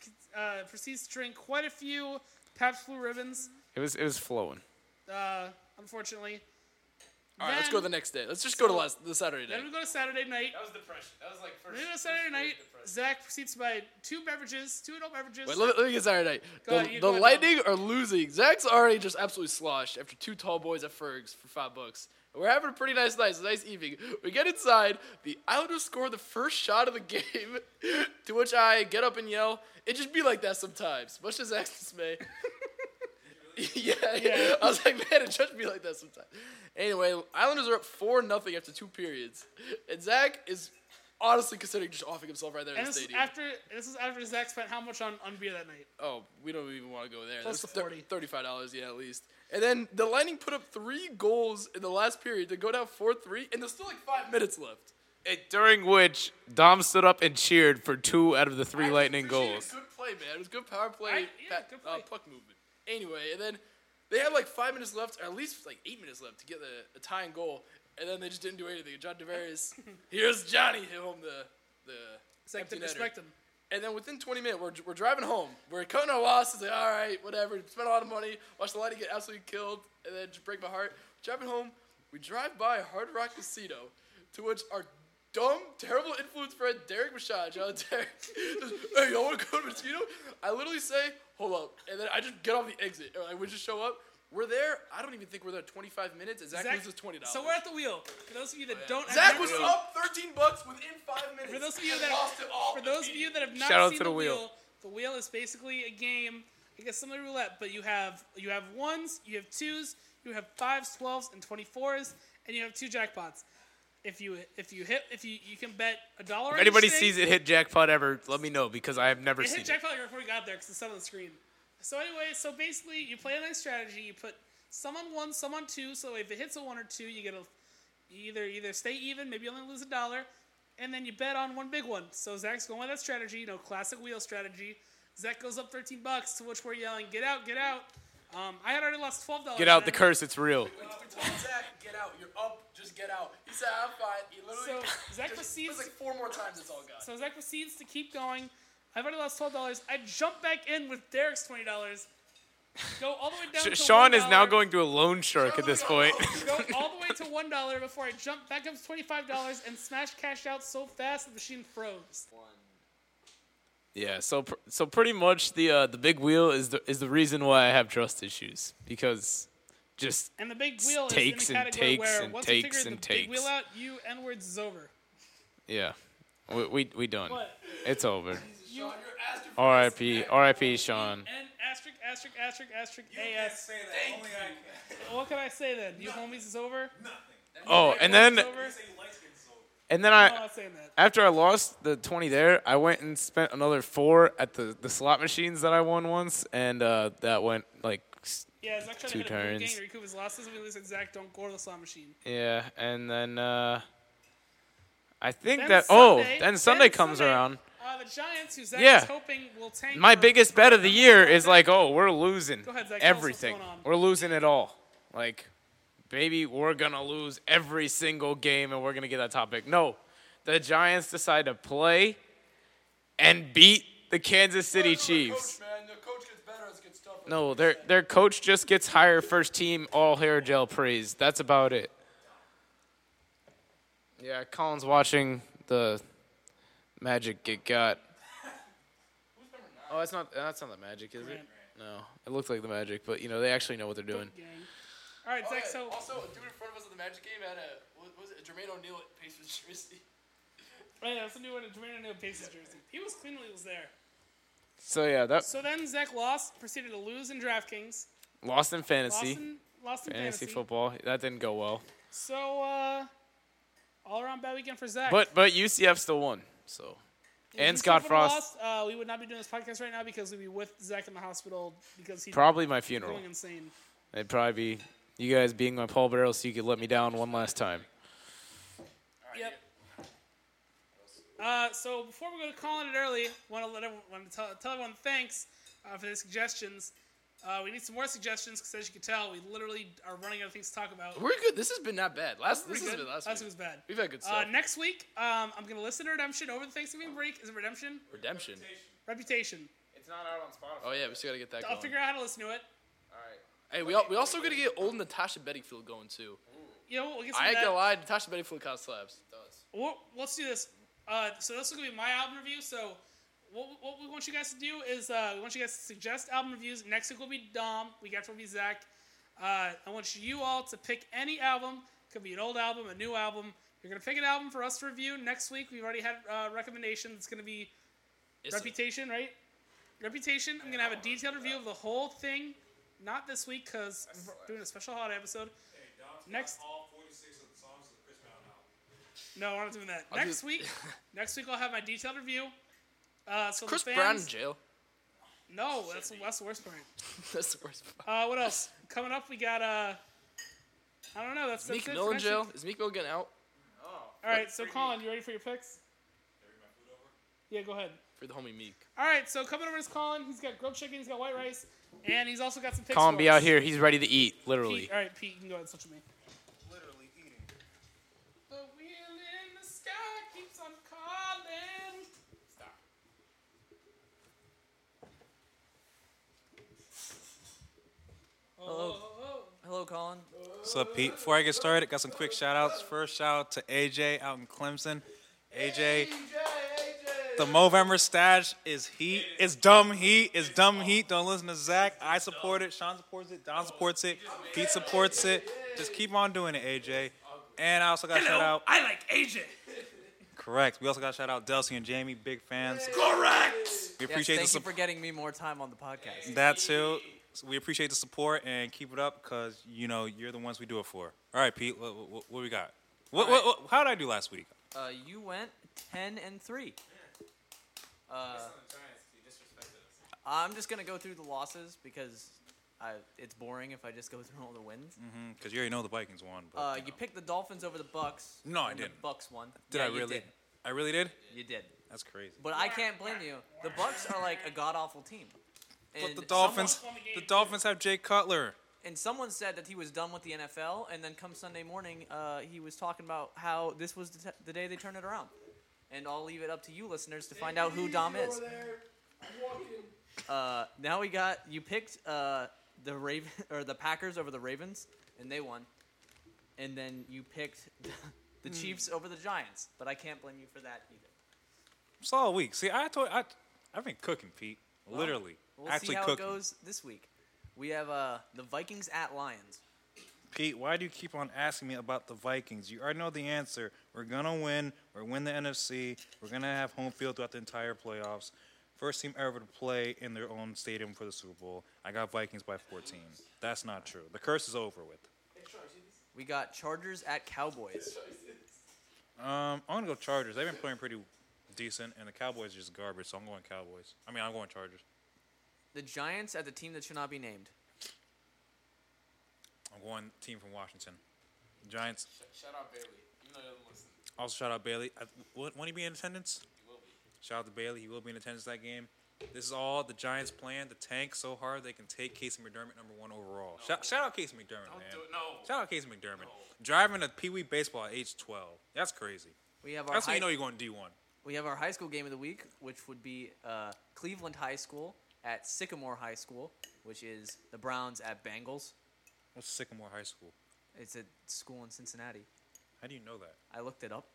Speaker 3: c- uh, proceeds to drink quite a few Pabst Blue Ribbons.
Speaker 6: It was it was flowing.
Speaker 3: Uh, unfortunately.
Speaker 4: All right, let's go to the next day. Let's just go to
Speaker 3: so-
Speaker 4: last the Saturday day.
Speaker 3: Then we go to Saturday night.
Speaker 8: That was depression. That was like first.
Speaker 3: Then on
Speaker 8: first
Speaker 3: Saturday
Speaker 8: grade
Speaker 3: night,
Speaker 8: depression.
Speaker 3: Zach proceeds to buy two beverages, two adult beverages.
Speaker 4: Wait, let me, let me get Saturday night.
Speaker 3: Go
Speaker 4: The,
Speaker 3: ahead, you
Speaker 4: the
Speaker 3: go ahead,
Speaker 4: Lightning are losing. Zach's already just absolutely sloshed after two tall boys at Ferg's for five bucks. We're having a pretty nice night, it's a nice evening. We get inside. The Islanders score the first shot of the game, to which I get up and yell. It just be like that sometimes, much as Zach's dismay. yeah, yeah. I was like, man, it just be like that sometimes. Anyway, Islanders are up four nothing after two periods, and Zach is honestly considering just offing himself right there in
Speaker 3: and
Speaker 4: the
Speaker 3: this is
Speaker 4: stadium.
Speaker 3: after this is after Zach spent how much on, on beer that night?
Speaker 4: Oh, we don't even want to go there.
Speaker 3: Close
Speaker 4: That's
Speaker 3: to
Speaker 4: thir-
Speaker 3: 40.
Speaker 4: Thirty-five dollars, yeah, at least. And then the Lightning put up three goals in the last period to go down four-three, and there's still like five minutes left.
Speaker 6: It- during which Dom stood up and cheered for two out of the three
Speaker 4: I
Speaker 6: Lightning
Speaker 4: appreciate it.
Speaker 6: goals.
Speaker 4: Good play, man. It was good power play,
Speaker 3: I- yeah,
Speaker 4: pat-
Speaker 3: good
Speaker 4: Uh,
Speaker 3: play.
Speaker 4: puck movement. Anyway, and then they had like five minutes left, or at least like eight minutes left to get the a tying goal, and then they just didn't do anything. John Tavares, here's Johnny, hit home the the.
Speaker 3: Zach
Speaker 4: empty
Speaker 3: didn't
Speaker 4: netter.
Speaker 3: respect him.
Speaker 4: And then within 20 minutes, we're, we're driving home. We're cutting our losses. Like, all right, whatever. Spent a lot of money. Watch the lighting get absolutely killed. And then just break my heart. Driving home, we drive by Hard Rock Casino, to which our dumb, terrible influence friend Derek Mashaj out there says, hey, y'all want to go to Mosquito? I literally say, hold up. And then I just get off the exit. Or like, we just show up. We're there. I don't even think we're there 25 minutes. And Zach,
Speaker 3: Zach-
Speaker 4: loses $20.
Speaker 3: So we're at the wheel. For those of you that don't, have
Speaker 4: Oh, Zach
Speaker 3: not
Speaker 4: was
Speaker 3: seen-
Speaker 4: up 13 bucks within five minutes.
Speaker 3: For those of you
Speaker 4: and
Speaker 3: that
Speaker 4: lost it all.
Speaker 3: for those of you that have not
Speaker 6: Shout out
Speaker 3: seen
Speaker 6: to
Speaker 3: the
Speaker 6: the
Speaker 3: wheel.
Speaker 6: wheel.
Speaker 3: the wheel is basically a game. I guess similar to roulette, but you have you have ones, you have twos, you have fives, twelves, and twenty fours, and you have two jackpots. If you if you hit if you you can bet a dollar.
Speaker 6: If anybody sees it hit jackpot ever, let me know because I have never
Speaker 3: It
Speaker 6: seen
Speaker 3: hit jackpot like before we got there because it's on the screen. So anyway, so basically you play a nice strategy. You put some on one, some on two. So if it hits a one or two, you get a you either either stay even, maybe you only lose a dollar, and then you bet on one big one. So Zach's going with that strategy, you know, classic wheel strategy. Zach goes up thirteen bucks, to which we're yelling, "Get out, get out!" Um, I had already lost twelve dollars.
Speaker 6: it. Get out the curse, it's real.
Speaker 4: We told Zach, get out. You're up. Just get out. He said, I'm fine. He literally.
Speaker 3: So, Zach
Speaker 4: just-
Speaker 3: proceeds-
Speaker 4: It was like four more times. It's all gone.
Speaker 3: So Zach proceeds to keep going. I've already lost twelve dollars. I jump back in with Derek's twenty dollars. Go all the way down.
Speaker 6: Sh-
Speaker 3: to
Speaker 6: Sean is now
Speaker 3: $1.
Speaker 6: going to a loan shark at this point.
Speaker 3: go all the way to one dollar before I jumped back up to twenty five dollars and smashed cash out so fast the machine froze.
Speaker 6: yeah, so pr- so pretty much the uh, the big wheel is the is the reason why I have trust issues because just
Speaker 3: And the big wheel is
Speaker 6: Takes
Speaker 3: in the
Speaker 6: and
Speaker 3: category
Speaker 6: takes
Speaker 3: where
Speaker 6: and
Speaker 3: once you
Speaker 6: takes
Speaker 3: figure
Speaker 6: and
Speaker 3: the big wheel
Speaker 6: takes.
Speaker 3: out, you N words is over.
Speaker 6: yeah, we we, we done.
Speaker 3: What?
Speaker 6: It's over.
Speaker 3: You
Speaker 6: R.I.P. R.I.P. Sean.
Speaker 3: N asterisk asterisk asterisk asterisk
Speaker 9: You
Speaker 3: A
Speaker 9: can't
Speaker 3: S.
Speaker 9: say that. Only I can.
Speaker 3: What can I say then? You homies is over.
Speaker 9: Nothing. That's
Speaker 6: Oh, and then
Speaker 3: It's over.
Speaker 9: you say light skin's over.
Speaker 6: and then
Speaker 3: I'm
Speaker 6: I
Speaker 3: not saying that.
Speaker 6: after I lost the twenty there, I went and spent another four at the the slot machines that I won once, and uh, that went like s-
Speaker 3: Yeah, Zach trying
Speaker 6: Two
Speaker 3: to hit a big
Speaker 6: turns.
Speaker 3: gang to recoup his losses. We lose at Zach. Don't gore the slot machine.
Speaker 6: Yeah, and then uh, I think
Speaker 3: Then
Speaker 6: that
Speaker 3: Sunday-
Speaker 6: oh, then Sunday comes
Speaker 3: Sunday,
Speaker 6: around.
Speaker 3: Uh, the Giants, who Zach
Speaker 6: Yeah.
Speaker 3: is hoping will tank.
Speaker 6: My
Speaker 3: for-
Speaker 6: biggest bet of the year
Speaker 3: Sunday.
Speaker 6: is like, oh, we're losing
Speaker 3: ahead, Zach, tell us what's
Speaker 6: everything.
Speaker 3: going on.
Speaker 6: We're losing it all. Like, baby, we're gonna lose every single game, and we're gonna get that top pick. No, the Giants decide to play and beat the Kansas City Chiefs.
Speaker 4: man. The coach gets better as it gets tougher.
Speaker 6: No, their their coach just gets higher first team all hair gel praise. That's about it. Yeah, Colin's watching the Magic get got. Oh, that's not that's not the Magic, is it?
Speaker 3: Grant.
Speaker 6: No, it looked like the Magic, but you know they actually know what they're doing.
Speaker 3: Gang. All right,
Speaker 4: Oh,
Speaker 3: Zach.
Speaker 4: yeah.
Speaker 3: So
Speaker 4: Also, a dude in front of us at the Magic game had a what was it? Jermaine O'Neal at Pacers jersey.
Speaker 3: Oh, yeah, that's a new one. Jermaine O'Neal Pacers jersey. He was clean when he was there.
Speaker 6: So yeah, that
Speaker 3: So then Zach lost, proceeded to lose in DraftKings.
Speaker 6: lost in
Speaker 3: Lost
Speaker 6: fantasy,
Speaker 3: in, lost in
Speaker 6: fantasy
Speaker 3: fantasy.
Speaker 6: football. That didn't go well,
Speaker 3: So, uh, all around bad weekend for Zach.
Speaker 6: but but UCF still won. So
Speaker 3: If
Speaker 6: and
Speaker 3: we
Speaker 6: Scott
Speaker 3: still would've lost,
Speaker 6: Frost
Speaker 3: uh, we would not be doing this podcast right now because we'd be with Zach in the hospital because he's
Speaker 6: probably my funeral.
Speaker 3: going insane.
Speaker 6: It'd probably be you guys being my pallbearer so you could let me down one last time.
Speaker 3: Yep. Uh, so before we go to calling it early, want to let everyone, want to tell, tell everyone thanks uh, for the suggestions. Uh, we need some more suggestions because, as you can tell, we literally are running out of things to talk about.
Speaker 4: We're good. This has been not bad. Last this
Speaker 3: Pretty
Speaker 4: has
Speaker 3: good.
Speaker 4: been last,
Speaker 3: Last
Speaker 4: week.
Speaker 3: was bad.
Speaker 4: We've had good
Speaker 3: Uh,
Speaker 4: stuff.
Speaker 3: next week, um, I'm gonna listen to Redemption over the Thanksgiving break. Is it Redemption?
Speaker 4: Redemption.
Speaker 3: Reputation.
Speaker 8: It's not out on Spotify.
Speaker 4: Oh yeah, we still gotta get that
Speaker 3: I'll
Speaker 4: going.
Speaker 3: figure out how to listen to it.
Speaker 8: All right.
Speaker 4: Hey, we, al- we also gotta get old Natasha Bedingfield going too.
Speaker 3: You know, what, we'll get some
Speaker 4: I
Speaker 3: of
Speaker 4: ain't
Speaker 3: that.
Speaker 4: gonna lie, Natasha Bedingfield kind of slaps.
Speaker 3: Well, let's do this. Uh, so this is gonna be my album review. So what, what we want you guys to do is uh, we want you guys to suggest album reviews. Next week will be Dom. Week after will be Zach. Uh, I want you all to pick any album. Could be an old album, a new album. You're gonna pick an album for us to review next week. We've already had uh, recommendations. It's gonna be
Speaker 4: It's-
Speaker 3: Reputation, right? Reputation. I'm gonna have a detailed review of the whole thing. Not this week because we're doing a special holiday episode. Next.
Speaker 9: All 46 of the songs of the Chris Brown album.
Speaker 3: No, we're not doing that.
Speaker 4: I'll
Speaker 3: next
Speaker 4: just-
Speaker 3: week, next week I'll have my detailed review. Uh, so the
Speaker 4: Chris
Speaker 3: fans,
Speaker 4: Brown in jail.
Speaker 3: No, that's that's the worst part.
Speaker 4: That's the worst. part.
Speaker 3: Uh, what else coming up? We got uh, I don't know. That's, that's
Speaker 4: Meek
Speaker 3: it for
Speaker 4: Mill in
Speaker 3: next
Speaker 4: jail.
Speaker 3: week.
Speaker 4: Is Meek Mill getting out
Speaker 3: All right, so Colin, you ready for your picks? Yeah, go ahead.
Speaker 4: for the homie Meek?
Speaker 3: All right, so coming over is Colin. He's got grilled chicken. He's got white rice, and he's also got some picks.
Speaker 6: Colin
Speaker 3: for
Speaker 6: be
Speaker 3: us.
Speaker 6: out here. He's ready to eat, literally.
Speaker 3: Pete, all right, Pete, you can go ahead and switch with me.
Speaker 9: Literally eating.
Speaker 3: The wheel in the sky keeps on calling. Stop.
Speaker 7: Hello.
Speaker 3: Oh,
Speaker 7: Hello, Colin.
Speaker 5: What's up, Pete? Before I get started, got some quick shout outs. First shout out to AJ out in Clemson. AJ, the Movember stash is heat. It's dumb heat. It's dumb heat. Don't listen to Zach. I support it. Sean supports it. Don supports it. Pete supports it. Just keep on doing it, AJ. And I also got shout out.
Speaker 3: I like AJ.
Speaker 5: Correct. We also got shout out Delcy and Jamie, big fans.
Speaker 4: Correct.
Speaker 5: We
Speaker 7: Yes,
Speaker 5: appreciate the
Speaker 7: thank you
Speaker 5: support.
Speaker 7: for getting me more time on the podcast.
Speaker 5: That too. So we appreciate the support and keep it up because you know you're the ones we do it for. All right, Pete. What, what, what we got? What,
Speaker 7: All right.
Speaker 5: what, what, how did I do last week?
Speaker 7: Uh, you went ten and three. Uh, I'm just gonna go through the losses because I, it's boring if I just go through all the wins.
Speaker 5: Because you already know the Vikings won. But,
Speaker 7: Uh,
Speaker 5: you know.
Speaker 7: you picked the Dolphins over the Bucks.
Speaker 5: No, I
Speaker 7: and The
Speaker 5: didn't.
Speaker 7: Bucks won.
Speaker 5: did
Speaker 7: Yeah,
Speaker 5: I
Speaker 7: you
Speaker 5: really?
Speaker 7: did.
Speaker 5: I really did.
Speaker 7: You did.
Speaker 5: That's crazy.
Speaker 7: But I can't blame you. The Bucks are like a god awful team.
Speaker 5: But
Speaker 7: And
Speaker 5: the Dolphins,
Speaker 3: won the game,
Speaker 5: the
Speaker 3: too.
Speaker 5: Dolphins have Jay Cutler.
Speaker 7: and someone said that he was done with the NFL, and then come Sunday morning, uh, he was talking about how this was the, t- the day they turned it around. And I'll leave it up to you, listeners, to find out who Dom is. Uh, now we got you picked uh, the Raven or the Packers over the Ravens, and they won. And then you picked the
Speaker 5: Hmm.
Speaker 7: Chiefs over the Giants, but I can't blame you for that either.
Speaker 5: It's all week. See, I told I, I've been cooking, Pete. Literally,
Speaker 7: We'll see
Speaker 5: actually
Speaker 7: how
Speaker 5: cooking.
Speaker 7: it goes this week. We have uh, the Vikings at Lions.
Speaker 5: Pete, why do you keep on asking me about the Vikings? You already know the answer. We're gonna win. We're gonna win the NFC. We're gonna have home field throughout the entire playoffs. First team ever to play in their own stadium for the Super Bowl. I got Vikings by 14. That's not true. The curse is over with.
Speaker 7: We got Chargers at Cowboys.
Speaker 5: Um, I'm gonna go Chargers. They've been playing pretty decent, and the Cowboys are just garbage. So I'm going Cowboys. I mean, I'm going Chargers.
Speaker 7: The Giants at the team that should not be named.
Speaker 5: I'm going team from Washington. Giants.
Speaker 8: Shout out Bailey. Even though he doesn't listen.
Speaker 5: Also, shout out Bailey. I, won't won't he be in attendance? Shout out to Bailey. He will be in attendance that game. This is all the Giants' plan to tank so hard they can take Casey McDermott number one overall. Shout, shout out Casey McDermott, man.
Speaker 8: do it. No.
Speaker 5: Shout out Casey McDermott. Driving a Pee Wee baseball at age 12. That's crazy.
Speaker 7: We have our
Speaker 5: That's how
Speaker 7: high,
Speaker 5: you know you're going D1.
Speaker 7: we have our high school game of the week, which would be uh, Cleveland High School at Sycamore High School, which is the Browns at Bengals.
Speaker 5: What's Sycamore High School?
Speaker 7: It's a school in Cincinnati.
Speaker 5: How do you know that?
Speaker 7: I looked it up.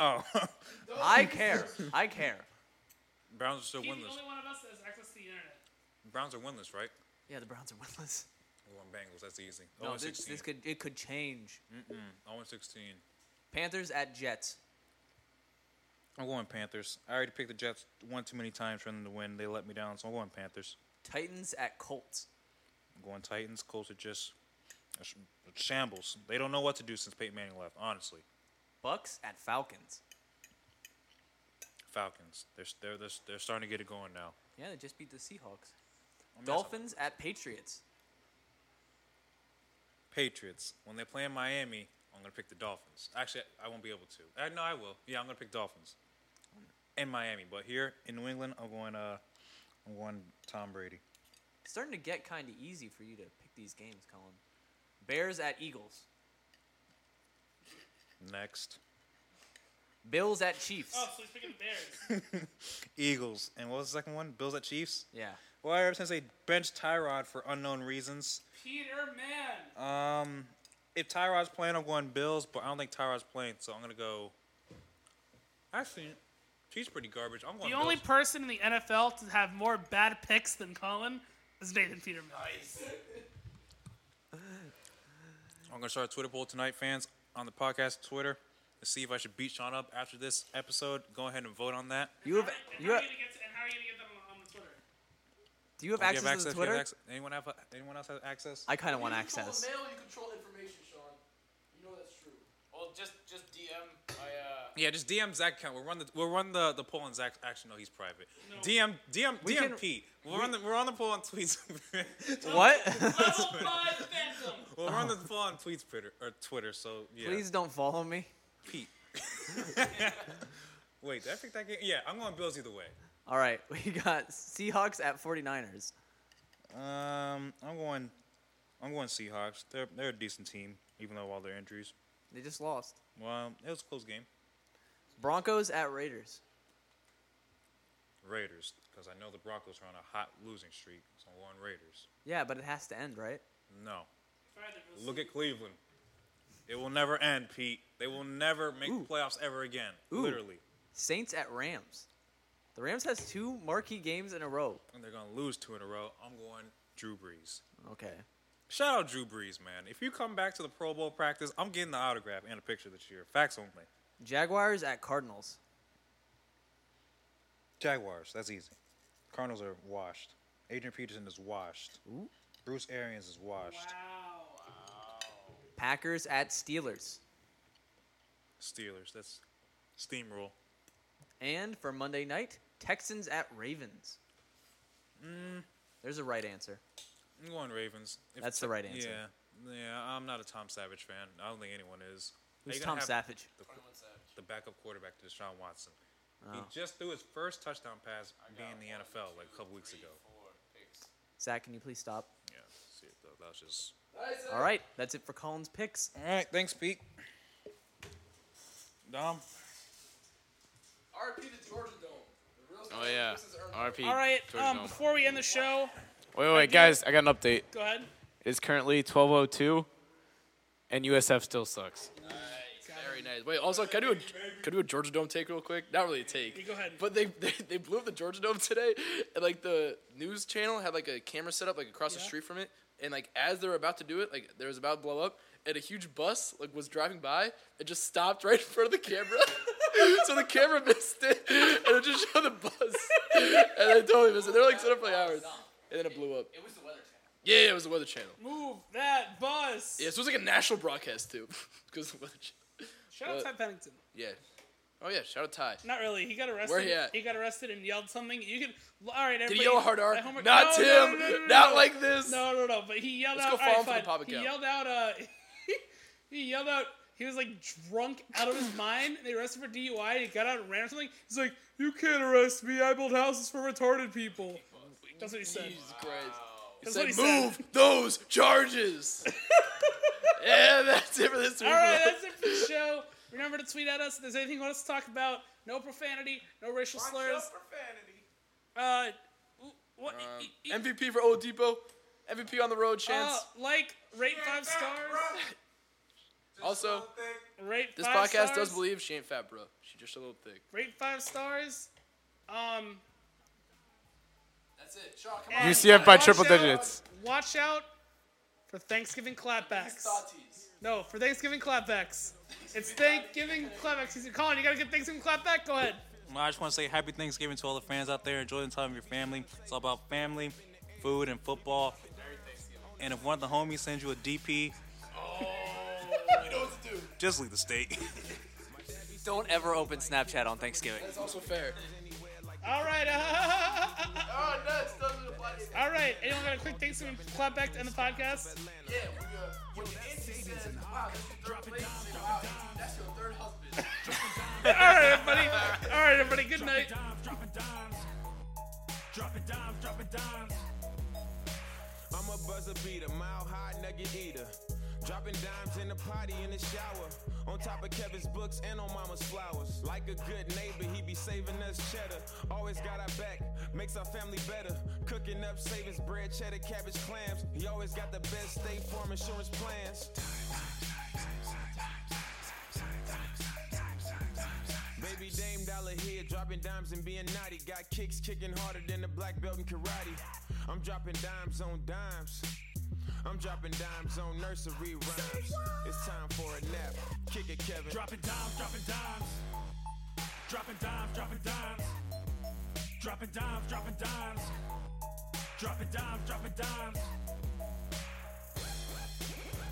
Speaker 5: oh,
Speaker 7: I care. I care.
Speaker 5: Browns are still
Speaker 3: He's the
Speaker 5: winless.
Speaker 3: only one of us that has access to the internet.
Speaker 5: Browns are winless, right?
Speaker 7: Yeah, the Browns are winless.
Speaker 5: Well, I'm Bengals. That's easy.
Speaker 7: No,
Speaker 5: 0
Speaker 7: this,
Speaker 5: 16.
Speaker 7: this could it could change.
Speaker 5: 0 16.
Speaker 7: Panthers at Jets.
Speaker 5: I'm going Panthers. I already picked the Jets one too many times for them to win. They let me down, so I'm going Panthers.
Speaker 7: Titans at Colts.
Speaker 5: I'm going Titans. Colts are just a sh- a shambles. They don't know what to do since Peyton Manning left. Honestly,
Speaker 7: Bucks at Falcons.
Speaker 5: Falcons. They're s- they're they're, s- they're starting to get it going now.
Speaker 7: Yeah, they just beat the Seahawks.
Speaker 5: I mean, that's not-
Speaker 7: Dolphins at Patriots.
Speaker 5: Patriots. When they play in Miami, I'm gonna pick the Dolphins. Actually, I won't be able to. Uh, no, I will. Yeah, I'm gonna pick Dolphins. In Miami, but here in New England, I'm going. Uh, I'm going Tom Brady.
Speaker 7: It's starting to get kind of easy for you to pick these games, Colin. Bears at Eagles.
Speaker 5: Next.
Speaker 7: Bills at Chiefs.
Speaker 3: Oh, so he's picking the Bears.
Speaker 5: Eagles. And what was the second one? Bills at Chiefs?
Speaker 7: Yeah.
Speaker 5: Well, ever since they benched Tyrod for unknown reasons.
Speaker 3: Peter Man.
Speaker 5: Um, if Tyrod's playing, I'm going Bills, but I don't think Tyrod's playing, so I'm gonna go. Actually, she's pretty garbage. I'm going.
Speaker 3: The only
Speaker 5: Bills.
Speaker 3: person in the NFL to have more bad picks than Colin is Nathan Peterman.
Speaker 5: I'm gonna start a Twitter poll tonight, fans, on the podcast Twitter, to see if I should beat Sean up after this episode. Go ahead and vote on that.
Speaker 7: You have
Speaker 3: And
Speaker 7: you
Speaker 3: how,
Speaker 7: have,
Speaker 3: are you gonna get to, and how are you going to get them on, on the Twitter?
Speaker 7: do you have
Speaker 5: Do you Do
Speaker 7: access to the
Speaker 5: you have
Speaker 7: Twitter?
Speaker 5: access- Anyone have? Anyone else have access?
Speaker 7: I kind of want
Speaker 10: you
Speaker 7: access.
Speaker 10: Control the mail, you control information, Sean. You know that's true. Well, just just DM. I uh.
Speaker 5: yeah, just DM Zach account. We'll run the we'll run the, the poll on Zach. Actually, no, he's private. DM DM DM
Speaker 7: can-
Speaker 5: Pete. We'll run the we're on the poll on tweets.
Speaker 7: What?
Speaker 3: Level 5 Phantom.
Speaker 5: we'll run the poll on tweets Twitter or Twitter. So yeah,
Speaker 7: Please don't follow me.
Speaker 5: Pete. Wait, did I pick that game? Yeah, I'm going Bills either way.
Speaker 7: All right, we got Seahawks at 49ers.
Speaker 5: Um, I'm going. I'm going Seahawks. They're they're a decent team, even though of all their injuries.
Speaker 7: They just lost.
Speaker 5: Well, it was a close game.
Speaker 7: Broncos at Raiders.
Speaker 5: Raiders, because I know the Broncos are on a hot losing streak, so I'm going Raiders.
Speaker 7: Yeah, but it has to end, right?
Speaker 5: No,
Speaker 3: Friday, we'll see.
Speaker 5: look at Cleveland. It will never end, Pete. They will never make
Speaker 7: Ooh.
Speaker 5: playoffs ever again.
Speaker 7: Ooh.
Speaker 5: Literally,
Speaker 7: Saints at Rams. The Rams has two marquee games in a row.
Speaker 5: and they're gonna lose two in a row. I'm going Drew Brees.
Speaker 7: Okay.
Speaker 5: Shout out Drew Brees, man. If you come back to the Pro Bowl practice, I'm getting the autograph and a picture this year. Facts only.
Speaker 7: Jaguars at Cardinals.
Speaker 5: Jaguars, that's easy. Cardinals are washed. Adrian Peterson is washed. Bruce Arians is washed.
Speaker 7: Packers at Steelers.
Speaker 5: Steelers, that's steamroll.
Speaker 7: And for Monday night, Texans at Ravens. Mm, There's a right answer.
Speaker 5: I'm going Ravens. If
Speaker 7: That's the right answer.
Speaker 5: Yeah, yeah. I'm not a Tom Savage fan. I don't think anyone is. Are
Speaker 7: Who's
Speaker 5: you gonna
Speaker 7: Tom
Speaker 5: have
Speaker 7: Savage?
Speaker 5: The, the backup quarterback to Deshaun Watson. He
Speaker 7: Oh.
Speaker 5: just threw his first touchdown pass being in the NFL like a couple weeks ago.
Speaker 7: Zach, can you please stop?
Speaker 5: Yeah, see, that that was just.
Speaker 7: All right, that's it for Colin's picks.
Speaker 5: All right, thanks, Pete. Dom.
Speaker 10: RP to Georgia Dome. The real
Speaker 6: Oh yeah.
Speaker 10: This is Urban.
Speaker 6: RP.
Speaker 3: All right,
Speaker 6: Jordan
Speaker 3: um,
Speaker 6: Dome.
Speaker 3: before we end the show,
Speaker 6: Wait, wait, guys, I got an update.
Speaker 3: go ahead.
Speaker 6: It's currently 12:02, and USF still sucks.
Speaker 4: Very nice. Wait, also, can I do a can I do a Georgia Dome take real quick? Not really a take.
Speaker 3: go ahead.
Speaker 4: But they, they they blew up the Georgia Dome today, and like the news channel had like a camera set up like across the street from it, and like as they were about to do it, like there was about to blow up, and a huge bus like was driving by and just stopped right in front of the camera. so the camera missed it, and it just showed the bus, and they totally missed it. They're like set up for like hours, and then it blew up.
Speaker 10: It was the weather channel.
Speaker 4: Yeah, yeah, it was the Weather Channel.
Speaker 3: Move that bus.
Speaker 4: Yeah, so it was like a national broadcast too, because the Weather Channel.
Speaker 3: Shout out
Speaker 4: What?
Speaker 3: Ty Pennington.
Speaker 4: Yeah. Oh yeah, shout out Ty.
Speaker 3: Not really. He got arrested.
Speaker 4: Where he at?
Speaker 3: got arrested and yelled something. You can. All right, everybody.
Speaker 4: Did he yell hard R?
Speaker 3: that homework-
Speaker 4: Not
Speaker 3: No,
Speaker 4: Tim.
Speaker 3: no, no, no, no,
Speaker 4: Not
Speaker 3: no.
Speaker 4: like this.
Speaker 3: No, no, no. But he yelled
Speaker 4: Let's
Speaker 3: out.
Speaker 4: go
Speaker 3: all
Speaker 4: follow him
Speaker 3: right,
Speaker 4: for
Speaker 3: fine.
Speaker 4: the Papa Cow.
Speaker 3: He yelled out. Uh, he yelled out. He was like drunk out of his mind. They arrested him for DUI. He got out and ran or something. He's like, "You can't arrest me. I build houses for retarded people." That's what he said.
Speaker 4: Jesus Christ. He
Speaker 3: That's
Speaker 4: said,
Speaker 3: what he said.
Speaker 4: move those charges. yeah, that's it for this week.
Speaker 3: All right, that's it for the show. Remember to tweet at us if there's anything you want us to talk about. No profanity, no racial slurs. Uh, what? e- e-
Speaker 4: MVP for Old Depot. MVP on the road,
Speaker 3: uh,
Speaker 4: chance.
Speaker 3: like, rate five stars.
Speaker 4: also,
Speaker 3: Rate
Speaker 4: this
Speaker 3: five
Speaker 4: podcast
Speaker 3: Oh, stars.
Speaker 4: does believe she ain't fat, bro. She just a little thick.
Speaker 3: Rate five stars. Um,
Speaker 4: That's it. Sean, come
Speaker 3: and
Speaker 6: UCF by
Speaker 3: watch
Speaker 6: triple
Speaker 3: out-
Speaker 6: digits.
Speaker 3: Watch out for Thanksgiving clapbacks. No, for Thanksgiving clapbacks. It's Thanksgiving clapbacks. He's calling. You gotta get Thanksgiving clapback. Go ahead.
Speaker 11: Well, I just want to say happy Thanksgiving to all the fans out there. Enjoy the time with your family. It's all about family, food, and football. And if one of the homies sends you a DP, just leave the state.
Speaker 7: Don't ever open Snapchat on Thanksgiving.
Speaker 4: That's also fair.
Speaker 3: All right.
Speaker 10: Oh, no, it doesn't apply to
Speaker 3: all right. Anyone got a quick Thanksgiving clapback to end the podcast?
Speaker 10: Yeah, when, uh, when the auntie says, wow, that's your third place, you say, wow, that's your third husband.
Speaker 3: All right, everybody. All right, everybody. Good night.
Speaker 1: Dropping dimes, dropping dimes. Dropping dimes, dropping dimes.
Speaker 2: a buzzer beater, mile high nugget eater. Dropping dimes in the potty in the shower. On top of Kevin's books and on mama's flowers. Like a good neighbor, he be saving us cheddar. Always got our back, makes our family better. Cooking up savings, bread, cheddar, cabbage, clams. He always got the best state farm insurance plans. Baby Dame Dollar here, dropping dimes and being naughty. Got kicks kicking harder than the black belt in karate. I'm dropping dimes on dimes. I'm dropping dimes on nursery rhymes. It's time for a nap. Kick it, Kevin.
Speaker 1: Dropping dimes, dropping dimes. Dropping dimes, dropping dimes. Dropping dimes, dropping dimes. Dropping dimes, dropping dimes.